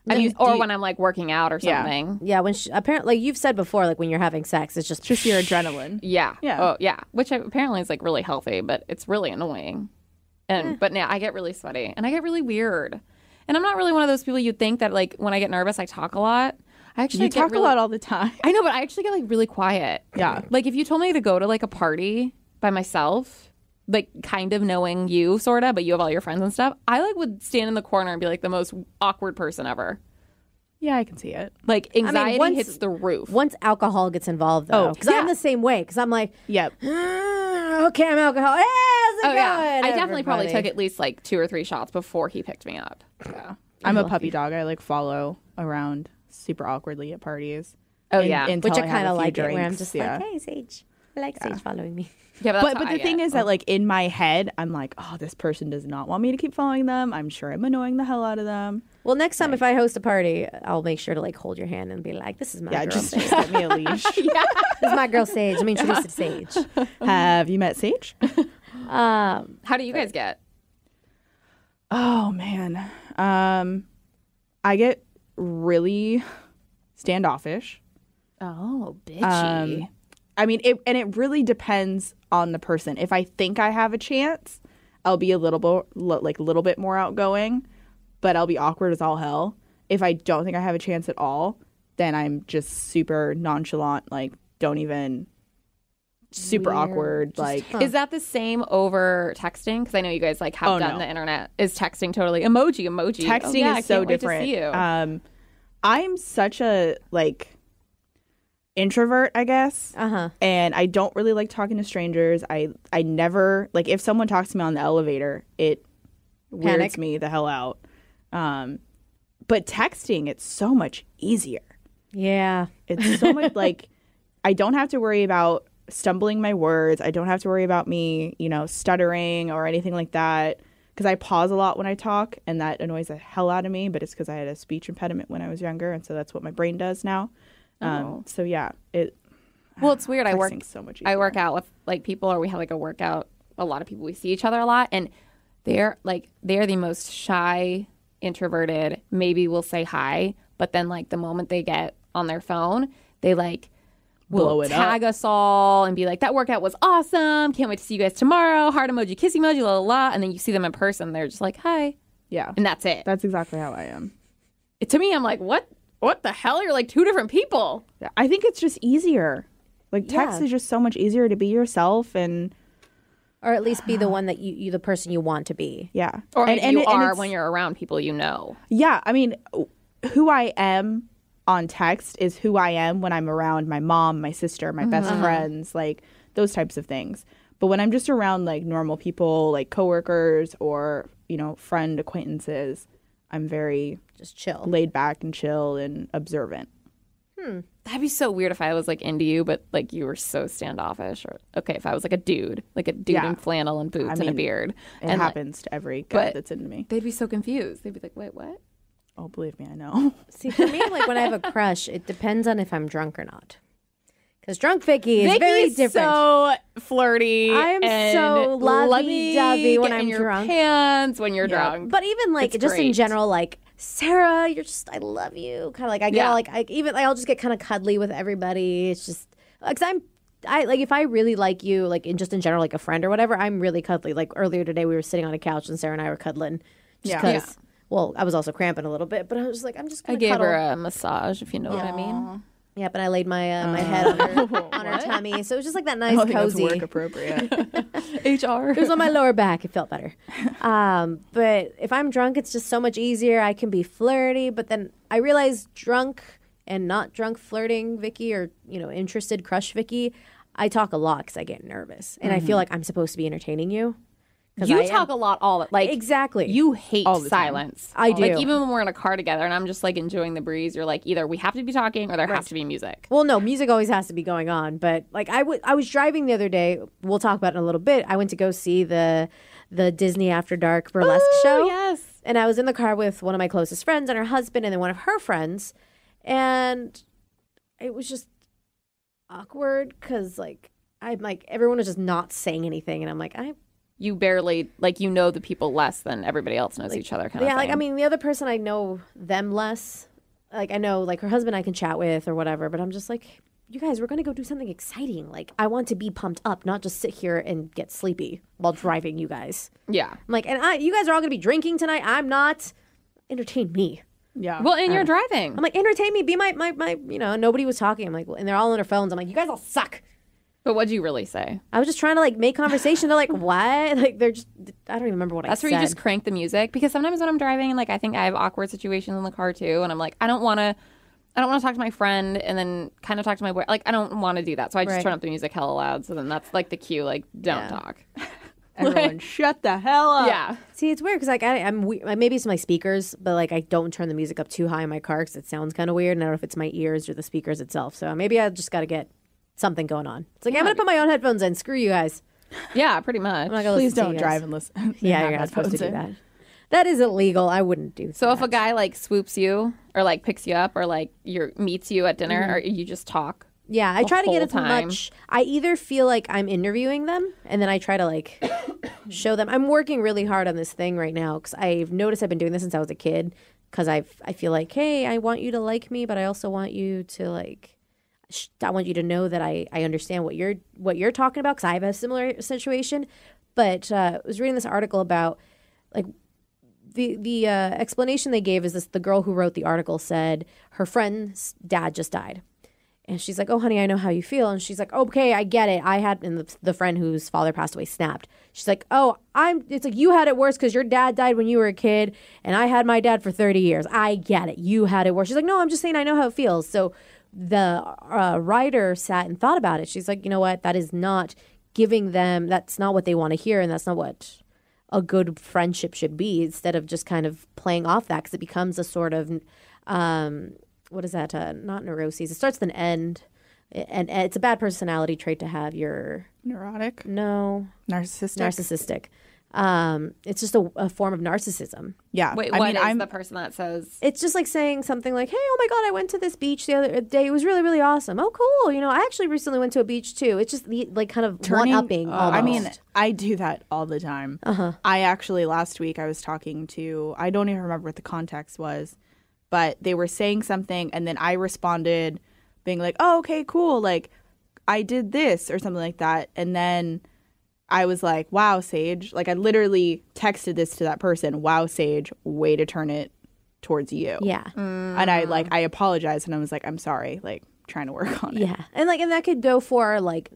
Speaker 4: I mean
Speaker 1: do
Speaker 4: or
Speaker 1: you-
Speaker 4: when I'm like working out or
Speaker 1: Yeah.
Speaker 4: something
Speaker 2: Yeah, when she, apparently, like you've said before, like when you're having sex, it's just
Speaker 1: Just your adrenaline.
Speaker 4: yeah
Speaker 1: Yeah.
Speaker 4: oh yeah which I, apparently is like really healthy but it's really annoying and but now I get really sweaty and I get really weird and I'm not really one of those people you would think that like when I get nervous I talk a lot. I actually
Speaker 1: You
Speaker 4: get
Speaker 1: talk
Speaker 4: really-
Speaker 1: a lot all the time. *laughs*
Speaker 4: I know, but I actually get like really quiet.
Speaker 1: Yeah.
Speaker 4: Like if you told me to go to like a party by myself, like kind of knowing you sort of, but you have all your friends and stuff, I like would stand in the corner and be like the most awkward person ever.
Speaker 1: Yeah, I can see it.
Speaker 4: Like anxiety
Speaker 2: once-
Speaker 4: hits the roof.
Speaker 2: once alcohol gets involved, though,
Speaker 1: Oh,
Speaker 2: because I'm
Speaker 4: yeah.
Speaker 2: the same way. Because I'm like,
Speaker 1: Yep.
Speaker 2: "Ah, okay, I'm alcohol. Hey, how's it
Speaker 4: oh
Speaker 2: going?
Speaker 4: yeah. I definitely probably
Speaker 2: everybody?"
Speaker 4: took at least like two or three shots before he picked me up.
Speaker 1: I'm a puppy dog. I like follow around super awkwardly at parties.
Speaker 4: Oh,
Speaker 1: Un-
Speaker 4: yeah.
Speaker 1: until
Speaker 2: which I
Speaker 1: have
Speaker 2: kind
Speaker 1: a
Speaker 2: of
Speaker 1: few
Speaker 2: like it, where I'm
Speaker 1: drinks,
Speaker 2: just
Speaker 1: yeah.
Speaker 2: like, hey, Sage, I like Sage following me.
Speaker 4: Yeah, but, that's
Speaker 1: But
Speaker 4: how
Speaker 1: but
Speaker 4: I
Speaker 1: the thing
Speaker 4: get.
Speaker 1: is that like in my head, I'm like, oh, this person does not want me to keep following them. I'm sure I'm annoying the hell out of them.
Speaker 2: Well, next time if I host a party, I'll make sure to like hold your hand and be like, "This is my
Speaker 1: Yeah,
Speaker 2: girl,
Speaker 1: just,
Speaker 2: Sage.
Speaker 1: just get
Speaker 2: *laughs*
Speaker 1: me a leash.
Speaker 2: this is my girl Sage. I'm introduced to Sage."
Speaker 1: Have you met Sage?
Speaker 2: Um,
Speaker 4: how do you guys get?
Speaker 1: Oh man. Um I get really standoffish.
Speaker 4: Oh, bitchy.
Speaker 1: Um I mean it and it really depends on the person. If I think I have a chance, I'll be a little bit like a little bit more outgoing, but I'll be awkward as all hell. If I don't think I have a chance at all, then I'm just super nonchalant, like don't even super awkward, like
Speaker 4: Is that the same over texting? Because I know you guys like have
Speaker 1: Oh,
Speaker 4: done
Speaker 1: no.
Speaker 4: the internet. Is texting totally emoji emoji? Oh,
Speaker 1: texting
Speaker 4: yeah, I
Speaker 1: is so
Speaker 4: can't wait to
Speaker 1: different.
Speaker 4: see you.
Speaker 1: Um, I'm such a like introvert, I guess.
Speaker 2: Uh
Speaker 4: Uh-huh.
Speaker 2: huh.
Speaker 1: and I don't really like talking to strangers. I I never like if someone talks to me on the elevator, it
Speaker 2: Panic.
Speaker 1: weirds me the hell out. Um, but texting, it's so much easier.
Speaker 2: Yeah.
Speaker 1: It's so
Speaker 4: *laughs*
Speaker 1: much like I don't have to worry about stumbling my words. I don't have to worry about me, you know, stuttering or anything like that. Because I pause a lot when I talk, and that annoys the hell out of me. But it's because I had a speech impediment when I was younger, and so that's what my brain does now. Um, so yeah, it
Speaker 4: well, it's weird. Oh. I work
Speaker 1: texting's so much. Easier.
Speaker 4: I work out with like people, or we have like a workout. A lot of people we see each other a lot, and they're like they're the most shy, introverted. Maybe we'll say hi, but then like the moment they get on their phone, they like will
Speaker 1: Blow it up.
Speaker 4: tag us all and be like, "That workout was awesome! Can't wait to see you guys tomorrow." Heart emoji, kiss emoji, la la la. And then you see them in person, they're just like, "Hi,"
Speaker 1: Yeah,
Speaker 4: and that's it.
Speaker 1: That's exactly how I am.
Speaker 4: to me, I'm like, "What? What the hell? You're like two different people."
Speaker 1: I think it's just easier. Like text
Speaker 2: Yeah.
Speaker 1: is just so much easier to be yourself and
Speaker 2: Or at least be the one that you, you the person you want to be.
Speaker 1: yeah.
Speaker 4: Or
Speaker 1: and,
Speaker 4: maybe you
Speaker 1: it-
Speaker 4: are
Speaker 1: it's-
Speaker 4: when you're around people you know.
Speaker 1: Yeah, I mean who I am on text is who I am when I'm around my mom, my sister, my best
Speaker 2: Mm-hmm.
Speaker 1: friends, like those types of things. But when I'm just around like normal people, like coworkers or, you know, friend acquaintances, I'm very
Speaker 2: Just chill.
Speaker 1: laid back and chill and observant.
Speaker 4: That'd be so weird if I was like into you, but like you were so standoffish. Or okay, if I was like a dude, like a dude
Speaker 1: Yeah.
Speaker 4: in flannel and boots and a
Speaker 1: mean,
Speaker 4: beard,
Speaker 1: It
Speaker 4: and like,
Speaker 1: happens to every guy
Speaker 4: but-
Speaker 1: that's into me.
Speaker 4: they'd be so confused. They'd be like, "Wait, what?"
Speaker 1: Oh, believe me, I know.
Speaker 2: See, for me, like when I have a crush, it depends on if I'm drunk or not. Because drunk Vicky is very
Speaker 4: Vicky's
Speaker 2: different.
Speaker 4: so flirty.
Speaker 2: I am
Speaker 4: and
Speaker 2: so lovey-dovey
Speaker 4: lovey,
Speaker 2: when
Speaker 4: get in
Speaker 2: I'm
Speaker 4: your
Speaker 2: drunk.
Speaker 4: Pants when you're drunk.
Speaker 2: But even like
Speaker 4: It's
Speaker 2: just in
Speaker 4: great.
Speaker 2: general, like Sarah, you're just I love you. Kind of like I get
Speaker 4: Yeah.
Speaker 2: all, like I even I'll just get kind of cuddly with everybody. It's just because I'm I like if I really like you, like in just in general, like a friend or whatever. I'm really cuddly. Like earlier today, we were sitting on a couch and Sarah and I were cuddling. Just
Speaker 1: *laughs* Yeah.
Speaker 2: 'cause- Well, I was also cramping a little bit, but I was just like, I'm just
Speaker 4: I
Speaker 2: gonna
Speaker 4: gave
Speaker 2: cuddle.
Speaker 4: her a massage, if you know what I mean.
Speaker 2: Yep, and I laid my uh, my head on her on
Speaker 4: *laughs*
Speaker 2: her tummy, so it was just like
Speaker 4: Oh,
Speaker 2: that nice
Speaker 1: I think that's
Speaker 2: cozy.
Speaker 1: work appropriate.
Speaker 2: *laughs*
Speaker 4: HR.
Speaker 2: It was on my lower back. It felt better. Um, but if I'm drunk, it's just so much easier. I can be flirty, but then I realize drunk and not drunk flirting Vicky or, you know, interested crush Vicky, I talk a lot because I get nervous. And I feel like I'm supposed to be entertaining you. 'cause I
Speaker 4: Mm-hmm. You
Speaker 2: am.
Speaker 4: talk a lot, all like
Speaker 2: Exactly.
Speaker 4: You hate
Speaker 1: the time.
Speaker 4: silence.
Speaker 2: I
Speaker 4: Like
Speaker 2: do.
Speaker 4: even when we're in a car together, and I'm just like enjoying the breeze. You're like either we have to be talking or there has to be music.
Speaker 2: Well, no, music always has to be going on, but like I wa- I was driving the other day. We'll talk about it in a little bit. I went to go see the the Disney After Dark burlesque show.
Speaker 4: Oh, yes.
Speaker 2: And I was in the car with one of my closest friends and her husband and then one of her friends. And it was just awkward because, like, I'm like, everyone was just not saying anything. And I'm like, I,
Speaker 4: you barely like you know the people less than everybody else knows each other kind
Speaker 2: yeah,
Speaker 4: of
Speaker 2: like,
Speaker 4: thing.
Speaker 2: I mean, the other person, I know them less. Like, I know, like, her husband I can chat with or whatever, but I'm just like, you guys, we're going to go do something exciting. Like, I want to be pumped up, not just sit here and get sleepy while driving you guys.
Speaker 4: yeah.
Speaker 2: I'm like, and I, you guys are all going to be drinking tonight. I'm not. Entertain me.
Speaker 1: yeah.
Speaker 4: Well, and you're driving.
Speaker 2: I'm like, entertain me, be my my my you know, nobody was talking. I'm like, and they're all on their phones. I'm like, you guys all suck.
Speaker 4: but what'd you really say?
Speaker 2: I was just trying to like make conversation. They're like, what? *laughs* Like they're just I don't even remember what
Speaker 4: That's
Speaker 2: I
Speaker 4: where
Speaker 2: said.
Speaker 4: you just crank the music because sometimes when I'm driving, like I think I have awkward situations in the car too, and I'm like, I don't want to, I don't want to talk to my friend and then kind of talk to my boy. Like I don't want to do that, so I just
Speaker 2: Right.
Speaker 4: turn up the music hella loud. So then that's like the cue, like don't *laughs* talk.
Speaker 1: Everyone, shut the hell up.
Speaker 4: yeah,
Speaker 2: See, it's weird because like I, I'm we- maybe it's my speakers, but like I don't turn the music up too high in my car because it sounds kind of weird. And I don't know if it's my ears or the speakers itself. So maybe I just got to get something going on. It's like I'm gonna put my own headphones in. Screw you guys.
Speaker 4: yeah, pretty much.
Speaker 2: I'm not gonna
Speaker 1: Please
Speaker 2: listen to
Speaker 1: don't
Speaker 2: you guys.
Speaker 1: drive and listen.
Speaker 2: Yeah,
Speaker 1: Have
Speaker 2: you're not supposed to
Speaker 1: headphones
Speaker 2: do
Speaker 1: in.
Speaker 2: that. That is illegal. I wouldn't do.
Speaker 4: so if a guy like swoops you or like picks you up or like you meets you at dinner, or you just talk.
Speaker 2: Yeah, I try to get
Speaker 4: whole
Speaker 2: as
Speaker 4: time.
Speaker 2: much. I either feel like I'm interviewing them, and then I try to
Speaker 4: *coughs*
Speaker 2: like show them. I'm working really hard on this thing right now because I've noticed I've been doing this since I was a kid. Because I I feel like, hey, I want you to like me, but I also want you to like. sh- I want you to know that I, I understand what you're what you're talking about because I have a similar situation. But uh, I was reading this article about like the the uh, explanation they gave is this: the girl who wrote the article said her friend's dad just died, and she's like, "Oh, honey, I know how you feel." And she's like, "Okay, I get it. I had." And the, the friend whose father passed away snapped. She's like, "Oh, I'm." It's like you had it worse because your dad died when you were a kid, and I had my dad for thirty years. I get it. You had it worse. She's like, "No, I'm just saying I know how it feels." So the uh, writer sat and thought about it. She's like, "You know what? That is not giving them. That's not what they want to hear, and that's not what a good friendship should be instead of just kind of playing off that because it becomes a sort of um, what is that uh, not neuroses it starts with an end and it's a bad personality trait to have your
Speaker 1: Neurotic,
Speaker 2: no
Speaker 1: narcissistic.
Speaker 2: narcissistic um, it's just a, a form of narcissism
Speaker 1: yeah.
Speaker 4: Wait,
Speaker 1: I
Speaker 4: what
Speaker 1: mean,
Speaker 4: is
Speaker 1: I'm
Speaker 4: the person that says
Speaker 2: it's just like saying something like, "Hey, oh my god, I went to this beach the other day. It was really, really awesome. Oh, cool. You know, I actually recently went to a beach too. It's just the, like kind of one
Speaker 1: turning-
Speaker 2: upping.
Speaker 1: Oh, I mean, I do that all the time.
Speaker 4: Uh-huh.
Speaker 1: I actually last week I was talking to I don't even remember what the context was, but they were saying something and then I responded being like, "Oh, okay, cool. Like I did this or something like that." And then I was like, "Wow, Sage." Like I literally texted this to that person, "Wow, Sage, way to turn it towards you."
Speaker 2: yeah,
Speaker 1: And I like I apologized and I was like, "I'm sorry." Like trying to work on it.
Speaker 2: yeah, and like, and that could go for like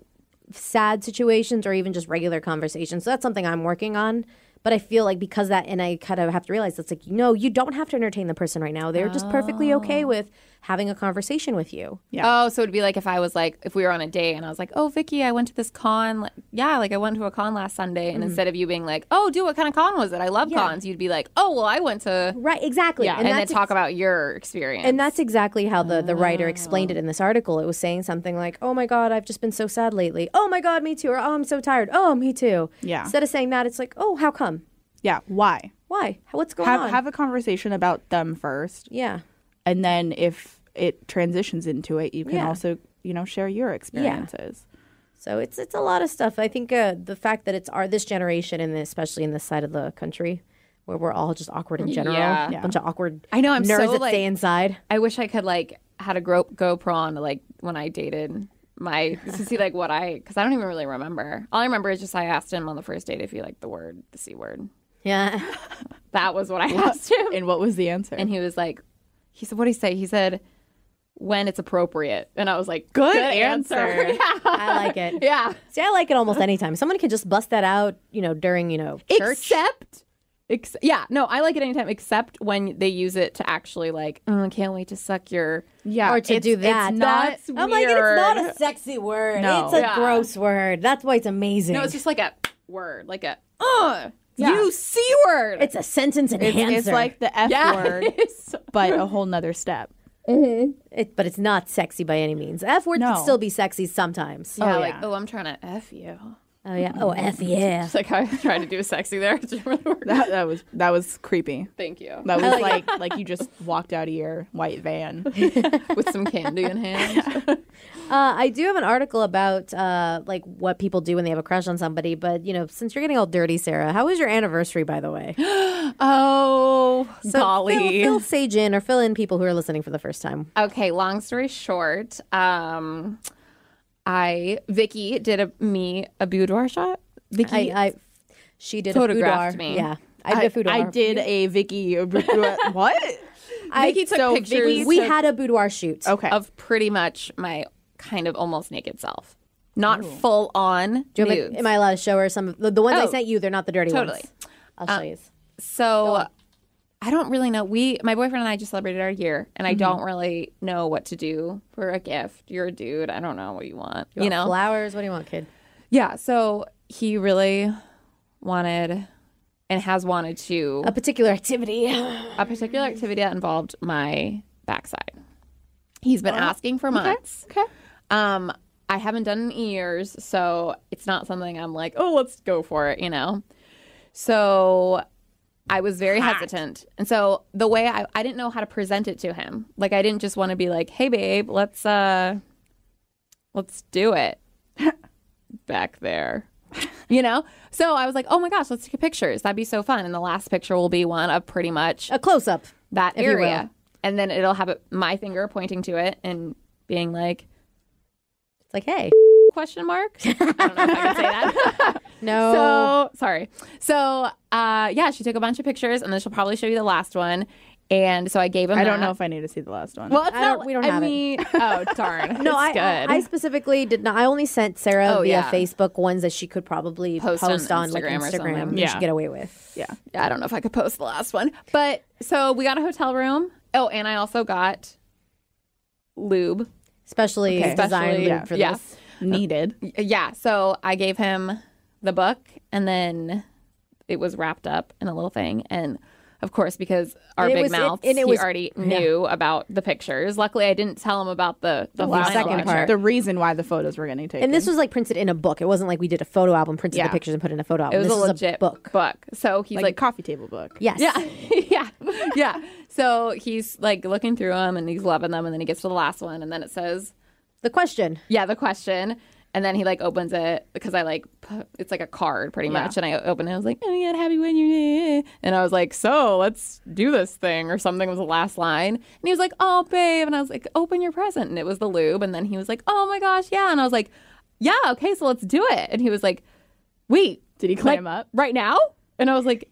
Speaker 2: sad situations or even just regular conversations. So that's something I'm working on. But I feel like because that, and I kind of have to realize it's like, no, you don't have to entertain the person right now. They're just perfectly okay with having a conversation with you.
Speaker 1: Yeah.
Speaker 4: Oh, so it'd be like if I was like, if we were on a date and I was like, oh, Vicky, I went to this con. Like, yeah, like I went to a con last Sunday. And instead of you being like, oh, dude, what kind of con was it? I love cons. You'd be like, oh, well, I went to.
Speaker 2: Right, exactly.
Speaker 4: Yeah. And, then
Speaker 2: that's
Speaker 4: talk about your experience.
Speaker 2: And that's exactly how the, the writer explained
Speaker 4: Oh.
Speaker 2: it in this article. It was saying something like, oh my God, I've just been so sad lately. Oh my God, me too. Or oh, I'm so tired. Oh, me too.
Speaker 1: Yeah.
Speaker 2: Instead of saying that, it's like, oh, how come?
Speaker 1: Yeah, why?
Speaker 2: Why? How- What's going
Speaker 1: Have
Speaker 2: on?
Speaker 1: have a conversation about them first.
Speaker 2: yeah.
Speaker 1: and then if it transitions into it you can
Speaker 2: Yeah.
Speaker 1: also you know share your experiences
Speaker 2: So it's it's a lot of stuff. I think uh, the fact that it's our this generation and especially in this side of the country where we're all just awkward in general,
Speaker 4: Yeah.
Speaker 2: a bunch of awkward
Speaker 4: I know, I'm
Speaker 2: nerds
Speaker 4: so,
Speaker 2: that
Speaker 4: like-
Speaker 2: stay inside.
Speaker 4: I wish I could like had a gro- GoPro on like when I dated my to see like what I because I don't even really remember. All I remember is just I asked him on the first date if he liked the word the c word. *laughs*
Speaker 2: Yeah.
Speaker 4: That was what I asked him,
Speaker 1: and what was the answer
Speaker 4: and he was like, he said, "What did he say?" He said, "When it's appropriate," and I was like, "Good, answer." *laughs* yeah.
Speaker 2: I like it.
Speaker 4: yeah.
Speaker 2: See, I like it almost anytime. Someone can just bust that out, you know, during, you know, church.
Speaker 4: Except. Ex- yeah, no, I like it anytime except when they use it to actually like, oh, I can't wait to suck your.
Speaker 1: yeah
Speaker 2: or to
Speaker 1: it's-
Speaker 2: do that.
Speaker 1: it's not
Speaker 4: That's-
Speaker 2: I'm like, it's not a
Speaker 4: weird.
Speaker 2: sexy word.
Speaker 1: No.
Speaker 2: It's a
Speaker 4: Yeah.
Speaker 2: gross word. That's why it's amazing.
Speaker 4: No, it's
Speaker 2: it's,
Speaker 4: just like a word, like a uh,
Speaker 1: Yeah.
Speaker 4: you c word.
Speaker 2: a sentence
Speaker 1: it's,
Speaker 2: enhancer.
Speaker 1: it's like the f word
Speaker 4: Yes.
Speaker 1: but a whole nother step
Speaker 2: It- but it's not sexy by any means. F word
Speaker 1: No.
Speaker 2: can still be sexy sometimes.
Speaker 4: Yeah,
Speaker 1: Oh,
Speaker 4: like,
Speaker 1: yeah.
Speaker 4: oh, I'm trying to F you. *laughs*
Speaker 2: Oh yeah. Oh F yeah.
Speaker 4: It's like how I tried to do sexy there. *laughs* It didn't really work.
Speaker 1: that, that was that was creepy
Speaker 4: Thank you. *laughs*
Speaker 1: that was like like you just walked out of your white van
Speaker 4: With some candy in hand.
Speaker 2: Uh, I do have an article about uh, like what people do when they have a crush on somebody, but you know, since you're getting all dirty, Sarah, how was your anniversary by the
Speaker 4: *gasps*
Speaker 2: way?
Speaker 4: *laughs* oh,
Speaker 2: So Fill, fill Sage in or fill in people who are listening for the first time.
Speaker 4: Okay, long story short, um, I, Vicky did a me a boudoir shot. Vicky,
Speaker 2: I, I she did
Speaker 4: Photographed
Speaker 2: a foodar.
Speaker 4: me.
Speaker 2: Yeah. I did a foodar.
Speaker 1: i did a vicky what
Speaker 4: Vicky took Oh,
Speaker 1: so
Speaker 4: pictures
Speaker 1: Vicky
Speaker 2: We
Speaker 1: took-
Speaker 2: had a boudoir shoot.
Speaker 1: okay
Speaker 4: of pretty much my kind of almost naked self. Not full on
Speaker 2: Do you want me-
Speaker 4: nudes.
Speaker 2: am I allowed to show her some of the, the ones I
Speaker 4: Oh,
Speaker 2: sent you? They're not the dirty
Speaker 4: totally. Uh,
Speaker 2: ones. I'll show you.
Speaker 4: So I don't really know. We, my boyfriend and I just celebrated our year, and
Speaker 2: Mm-hmm.
Speaker 4: I don't really know what to do for a gift. You're a dude. I don't know what you want. You, know?
Speaker 2: Oh, flowers. What do you want, kid?
Speaker 4: Yeah. So he really wanted and has wanted to
Speaker 2: A particular activity. *sighs*
Speaker 4: a particular activity that involved my backside. He's been asking for months.
Speaker 1: Uh-huh. okay
Speaker 4: Um, I haven't done it in years, so it's not something I'm like, oh, let's go for it, you know? So I was very hesitant. And so the way I, I didn't know how to present it to him. Like I didn't just want to be like, hey babe, let's uh let's do it *laughs* back there. You know? So I was like, oh my gosh, let's take pictures. That'd be so fun. And the last picture will be one of pretty much
Speaker 2: a close up.
Speaker 4: that
Speaker 2: you will.
Speaker 4: area. And then it'll have it- my finger pointing to it and being like,
Speaker 2: It's like, hey,
Speaker 4: Question mark? I don't know if I can
Speaker 2: *laughs*
Speaker 4: say that. *laughs*
Speaker 2: no.
Speaker 4: So sorry. So uh, yeah, she took a bunch of pictures, and then she'll probably show you the last one. And so I gave him.
Speaker 1: I don't
Speaker 4: that.
Speaker 1: know if I need to see the last one.
Speaker 4: Well, it's
Speaker 2: I
Speaker 4: not.
Speaker 2: don't- we don't
Speaker 4: I
Speaker 2: have it. *laughs*
Speaker 4: mean, oh darn.
Speaker 2: no,
Speaker 4: it's
Speaker 2: I,
Speaker 4: good.
Speaker 2: I I specifically did not. I only sent Sarah
Speaker 4: Oh,
Speaker 2: via
Speaker 4: yeah.
Speaker 2: Facebook ones that she could probably post,
Speaker 4: Post
Speaker 2: on,
Speaker 4: on
Speaker 2: like
Speaker 4: Instagram or
Speaker 2: Instagram
Speaker 4: something.
Speaker 2: and
Speaker 1: Yeah.
Speaker 2: she get away with.
Speaker 1: yeah.
Speaker 4: yeah, I don't know if I could post the last one. But so we got a hotel room. Oh, and I also got lube.
Speaker 2: Especially design
Speaker 4: Especially-
Speaker 2: lube for
Speaker 4: yeah.
Speaker 2: this.
Speaker 1: Needed.
Speaker 4: Y- Yeah. So I gave him the book and then it was wrapped up in a little thing. And of course, because our
Speaker 2: And it
Speaker 4: big
Speaker 2: was- it-
Speaker 4: mouths,
Speaker 2: and it
Speaker 4: he
Speaker 2: was-
Speaker 4: already knew about the pictures. Luckily, I didn't tell him about the, the, final
Speaker 2: second
Speaker 4: picture.
Speaker 2: part.
Speaker 1: The reason why the photos were getting taken.
Speaker 2: And this was like printed in a book. It wasn't like we did a photo album, printed
Speaker 1: Yeah.
Speaker 2: the pictures and put it in a photo
Speaker 4: It
Speaker 2: album.
Speaker 4: was
Speaker 2: this
Speaker 4: a
Speaker 2: is
Speaker 4: legit
Speaker 2: a book.
Speaker 4: book. So he's
Speaker 1: like,
Speaker 4: like
Speaker 1: a coffee table book.
Speaker 2: Yes.
Speaker 4: Yeah, *laughs* yeah, yeah. So he's like looking through them and he's loving them, and then he gets to the last one, and then it says,
Speaker 2: The
Speaker 4: *laughs*
Speaker 2: question.
Speaker 4: "Yeah, the question." And then he like opens it because I like pu- it's like a card pretty much, and I opened it. I was like, "Oh yeah, happy when you," and I was like, "So let's do this thing" or something was the last line, and he was like, "Oh babe," and I was like, "Open your present," and it was the lube, and then he was like, "Oh my gosh, yeah," and I was like, "Yeah, okay, so let's do it," and he was like, "Wait,
Speaker 1: Did he
Speaker 4: like,
Speaker 1: climb up?
Speaker 4: right now? And I was like,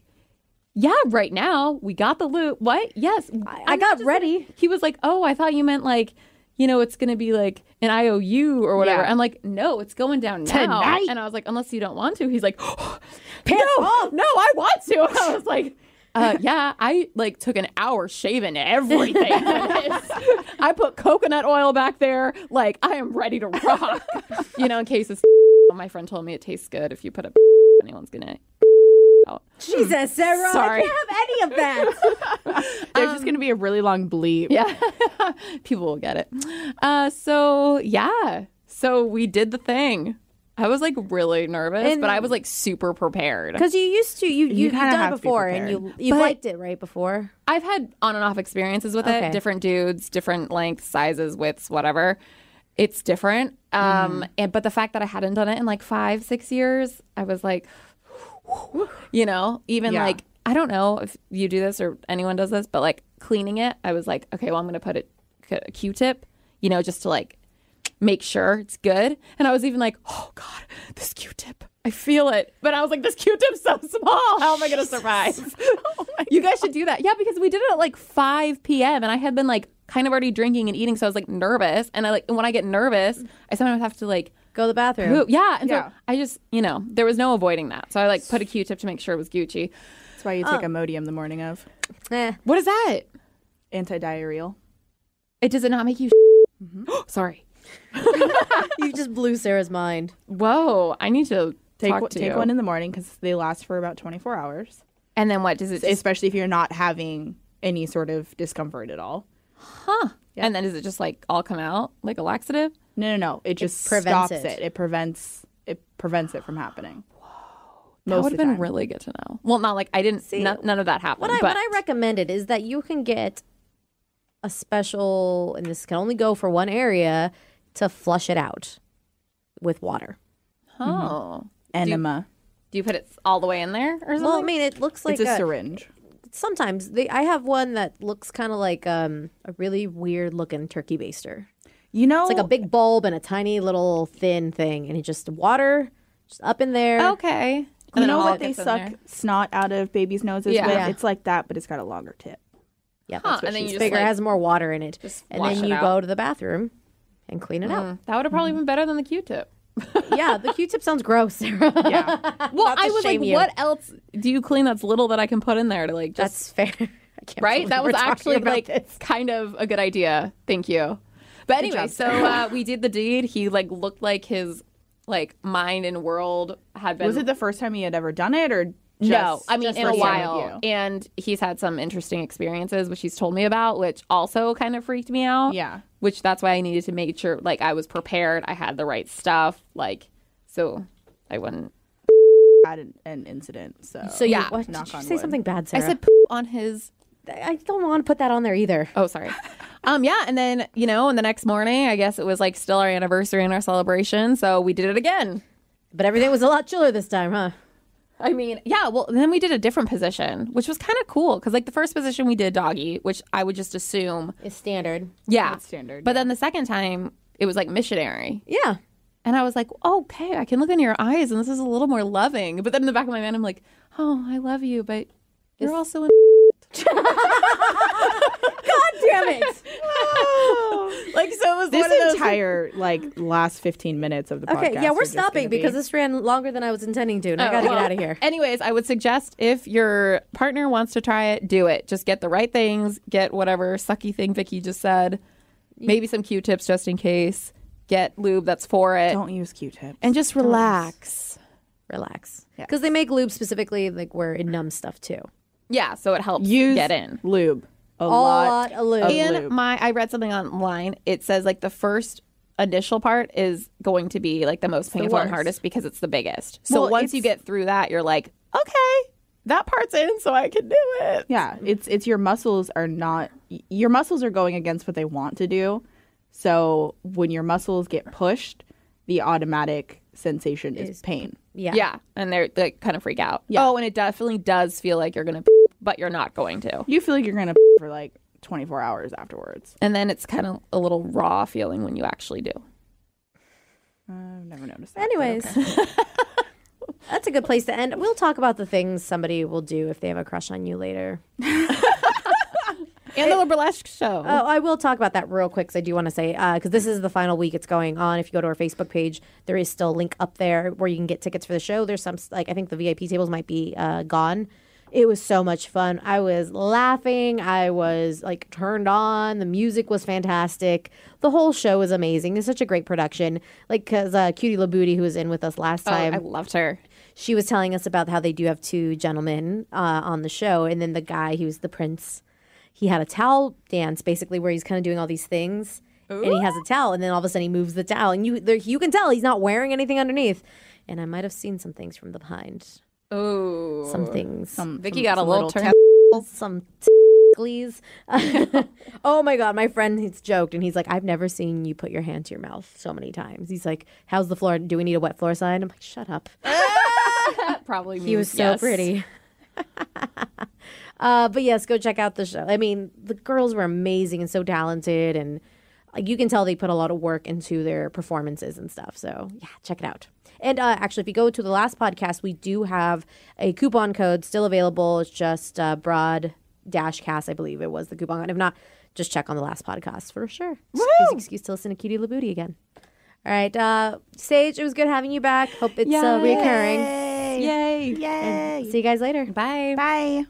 Speaker 4: yeah, right now. We got the loot. What? Yes.
Speaker 2: I
Speaker 4: I'm
Speaker 2: got
Speaker 4: just-
Speaker 2: ready.
Speaker 4: He was like, oh, I thought you meant like, you know, it's going to be like an IOU or whatever.
Speaker 1: Yeah.
Speaker 4: I'm like, no, it's going down now.
Speaker 1: Tonight?
Speaker 4: And I was like, unless you don't want to. He's like, *gasps* no, no, I want to. *laughs* And I was like, uh, yeah, I like took an hour shaving everything. *laughs* for this. I put coconut oil back there. Like I am ready to rock. you know, in case it's *laughs* my friend told me it tastes good if you put a *laughs* anyone's gonna *laughs* out.
Speaker 2: Jesus, Sarah.
Speaker 4: Sorry.
Speaker 2: I can't have any of *laughs* that.
Speaker 1: There's just going to be a really long bleep.
Speaker 4: Yeah, *laughs* people will get it. Uh, so yeah, so we did the thing. I was like really nervous,
Speaker 2: And-
Speaker 4: but I was like super prepared.
Speaker 2: Because you used to, you, you, have
Speaker 1: kinda
Speaker 2: done
Speaker 1: have
Speaker 2: it
Speaker 1: to be
Speaker 2: before and you,
Speaker 1: prepared.
Speaker 2: you
Speaker 4: But-
Speaker 2: liked it right before.
Speaker 4: I've had on and off experiences with
Speaker 2: Okay.
Speaker 4: it, different dudes, different lengths, sizes, widths, whatever. It's different. Um, and but the fact that I hadn't done it in like five, six years, I was like, *sighs* you know, even
Speaker 1: Yeah.
Speaker 4: like I don't know if you do this or anyone does this, but like cleaning it, I was like, okay, well, I'm gonna put it a Q-tip, you know, just to like make sure it's good. And I was even like, oh God, this Q-tip. I feel it. But I was like, this Q-tip's so *laughs* small. How am I going to survive? *laughs*
Speaker 1: *laughs*
Speaker 4: you guys should do that. Yeah, because we did it at like 5 p.m. and I had been like kind of already drinking and eating. So I was like nervous. And I like, and when I get nervous, I sometimes have to like,
Speaker 2: Go to the bathroom.
Speaker 4: poop. yeah. And
Speaker 1: Yeah.
Speaker 4: so I just, you know, there was no avoiding that. So I like put a Q-tip to make sure it was Gucci.
Speaker 1: That's why you take
Speaker 4: Um,
Speaker 1: Imodium the morning of.
Speaker 2: Eh.
Speaker 4: What is that?
Speaker 1: Antidiarrheal.
Speaker 4: It does it not make you.
Speaker 1: Mm-hmm.
Speaker 4: *gasps* Sorry.
Speaker 2: You just blew Sarah's mind.
Speaker 4: Whoa. I need to
Speaker 1: Take,
Speaker 4: talk
Speaker 1: one-
Speaker 4: to
Speaker 1: take
Speaker 4: you.
Speaker 1: one in the morning because they last for about 24 hours,
Speaker 4: and then what does it? Just,
Speaker 1: especially if you're not having any sort of discomfort at all.
Speaker 4: And then does it just like all come out like a laxative?
Speaker 1: No, no, no. It just
Speaker 2: prevents
Speaker 1: stops it.
Speaker 2: it.
Speaker 1: it. prevents it prevents it from happening.
Speaker 4: That
Speaker 1: Most
Speaker 4: would
Speaker 1: of
Speaker 4: have
Speaker 1: the
Speaker 4: been
Speaker 1: time.
Speaker 4: really good to know. Well, not like I didn't. See, none of that happened.
Speaker 2: What I,
Speaker 4: but
Speaker 2: what I recommended is that you can get a special, and this can only go for one area, to flush it out with water.
Speaker 1: mm-hmm.
Speaker 4: oh,
Speaker 1: Enema.
Speaker 4: do you put it all the way in there or something?
Speaker 2: Well, I mean, it looks like
Speaker 1: it's a
Speaker 2: a-
Speaker 1: syringe.
Speaker 2: sometimes they. I have one that looks kind of like um, a really weird looking turkey baster.
Speaker 1: You know,
Speaker 4: Oh.
Speaker 2: It's like a big bulb and a tiny little thin thing, and it just water just up in there.
Speaker 4: okay. And
Speaker 1: you
Speaker 4: then
Speaker 1: know
Speaker 4: all
Speaker 1: what
Speaker 4: it
Speaker 1: they
Speaker 4: gets in
Speaker 1: suck
Speaker 4: there.
Speaker 1: snot out of babies' noses
Speaker 4: Yeah.
Speaker 1: with?
Speaker 2: Yeah.
Speaker 1: It's like that, but it's got a longer
Speaker 4: *laughs*
Speaker 1: tip.
Speaker 2: Yeah,
Speaker 4: Huh,
Speaker 2: that's what
Speaker 4: and then
Speaker 2: she's
Speaker 4: you just,
Speaker 2: bigger. It
Speaker 4: like,
Speaker 2: has more water in it,
Speaker 4: just
Speaker 2: and
Speaker 4: wash
Speaker 2: then
Speaker 4: it
Speaker 2: you
Speaker 4: out.
Speaker 2: go to the bathroom and clean it out.
Speaker 4: Mm. That would have probably been better than the Q-tip.
Speaker 2: yeah, the Q-tip sounds gross, Sarah.
Speaker 1: Yeah.
Speaker 4: Well,
Speaker 2: Not to
Speaker 4: I was
Speaker 2: shame
Speaker 4: like,
Speaker 2: you.
Speaker 4: what else do you clean that's little that I can put in there to like just
Speaker 2: That's fair. *laughs* I can't
Speaker 4: right?
Speaker 2: believe
Speaker 4: That
Speaker 2: we're
Speaker 4: was
Speaker 2: talking
Speaker 4: actually
Speaker 2: about
Speaker 4: like
Speaker 2: this.
Speaker 4: kind of a good idea. Thank you. But anyway, so uh, we did the deed. He like looked like his like mind and world had been
Speaker 1: Was it the first time he had ever done it, or just,
Speaker 4: no, I mean
Speaker 1: just
Speaker 4: in a
Speaker 1: first time with
Speaker 4: while,
Speaker 1: you?
Speaker 4: and he's had some interesting experiences, which he's told me about, which also kind of freaked me out.
Speaker 1: Yeah.
Speaker 4: which that's why I needed to make sure, like, I was prepared, I had the right stuff, like, so I wouldn't.
Speaker 1: Had an, an incident, so
Speaker 2: So yeah,
Speaker 4: Yeah,
Speaker 2: what, did
Speaker 1: knock
Speaker 2: you
Speaker 1: on
Speaker 2: say
Speaker 1: wood.
Speaker 2: something bad, Sarah?
Speaker 4: I said poop on his.
Speaker 2: I don't want to put that on there either.
Speaker 4: Oh, sorry. *laughs* Um, yeah, and then you know, and the next morning, I guess it was like still our anniversary and our celebration, so we did it again.
Speaker 2: But everything was a lot chiller this time, huh?
Speaker 4: I mean, yeah, well, then we did a different position, which was kind of cool because, like, the first position we did doggy, which I would just assume
Speaker 2: It's standard.
Speaker 4: Yeah.
Speaker 1: That's standard,
Speaker 4: But
Speaker 1: yeah.
Speaker 4: then the second time, it was like missionary.
Speaker 2: Yeah.
Speaker 4: And I was like, okay, I can look into your eyes and this is a little more loving. But then in the back of my mind, I'm like, oh, I love you, but
Speaker 1: *laughs*
Speaker 4: you're also in.
Speaker 2: *laughs* Damn it.
Speaker 1: Like so, it was
Speaker 2: one
Speaker 1: this
Speaker 2: of those-
Speaker 1: entire like last fifteen minutes of the podcast.
Speaker 2: *laughs* Okay, yeah,
Speaker 1: are
Speaker 2: we're
Speaker 1: just gonna
Speaker 2: stopping
Speaker 1: be-
Speaker 2: because this ran longer than I was intending to, and I gotta
Speaker 4: Well,
Speaker 2: get out of *laughs* here.
Speaker 4: Anyways, I would suggest if your partner wants to try it, do it. Just get the right things, get whatever sucky thing Vicky just said, maybe some Q tips just in case, get lube that's for it,
Speaker 1: don't use Q-tips.
Speaker 4: and just relax.
Speaker 2: Relax. Because they make lube specifically like where it numbs stuff too.
Speaker 4: Yeah, so it helps
Speaker 1: use
Speaker 4: get in.
Speaker 1: lube a
Speaker 2: A
Speaker 1: lot.
Speaker 2: lot of lube.
Speaker 1: of-
Speaker 4: And
Speaker 1: lube.
Speaker 4: my I read something online. It says like the first initial part is going to be like the most painful
Speaker 2: worst.
Speaker 4: and hardest because it's the biggest. So
Speaker 1: Well,
Speaker 4: once you
Speaker 1: it's-
Speaker 4: get through that, you're like, okay, that part's in, so I can do it.
Speaker 1: Yeah, it's it's your muscles are not y- your muscles are going against what they want to do. So when your muscles get pushed, the automatic sensation is, pain.
Speaker 2: Yeah.
Speaker 4: Yeah, and they're they kind of freak out. Oh, and it definitely does feel like you're gonna, but you're not going to.
Speaker 1: You feel like you're gonna *laughs* for like 24 hours afterwards.
Speaker 4: And then it's kind of a little raw feeling when you actually do.
Speaker 1: I've never noticed that.
Speaker 2: Anyways. *laughs* That's a good place to end. We'll talk about the things somebody will do if they have a crush on you later.
Speaker 4: And the burlesque show.
Speaker 2: Oh, I will talk about that real quick because I do want to say because this is the final week it's going on. If you go to our Facebook page, there is still a link up there where you can get tickets for the show. There's some like I think the VIP tables might be uh, gone. It was so much fun. I was laughing. I was like turned on. The music was fantastic. The whole show was amazing. It's such a great production. Like because uh, Cutie Labooty, who was in with us last
Speaker 4: I,
Speaker 2: time,
Speaker 4: I loved her.
Speaker 2: she was telling us about how they do have two gentlemen uh, on the show, and then the guy he was the prince, he had a towel dance basically where he's kind of doing all these things, and he has a towel, and then all of a sudden he moves the towel, and you there, you can tell he's not wearing anything underneath, and I might have seen some things from the behind,
Speaker 4: Oh,
Speaker 2: some things, some
Speaker 4: Vicky got a little, turn.
Speaker 2: some ticklies. *laughs* oh my god, my friend he's joked, and he's like, I've never seen you put your hand to your mouth so many times. He's like, How's the floor? Do we need a wet floor sign? I'm like, Shut up.
Speaker 4: Probably
Speaker 2: He was so pretty. *laughs* uh, but yes, go check out the show. I mean, the girls were amazing and so talented, and like you can tell they put a lot of work into their performances and stuff. So yeah, check it out. And uh, actually, if you go to the last podcast, we do have a coupon code still available. It's just uh, broad dash cast, I believe it was the coupon. code. If not, just check on the last podcast for sure. Just gives you excuse to listen to Cutie Labooty again. All right, uh, Sage, it was good having you back. Hope it's uh, reoccurring.
Speaker 4: Yay!
Speaker 1: Yay!
Speaker 2: See you guys later.
Speaker 4: Bye.
Speaker 1: Bye.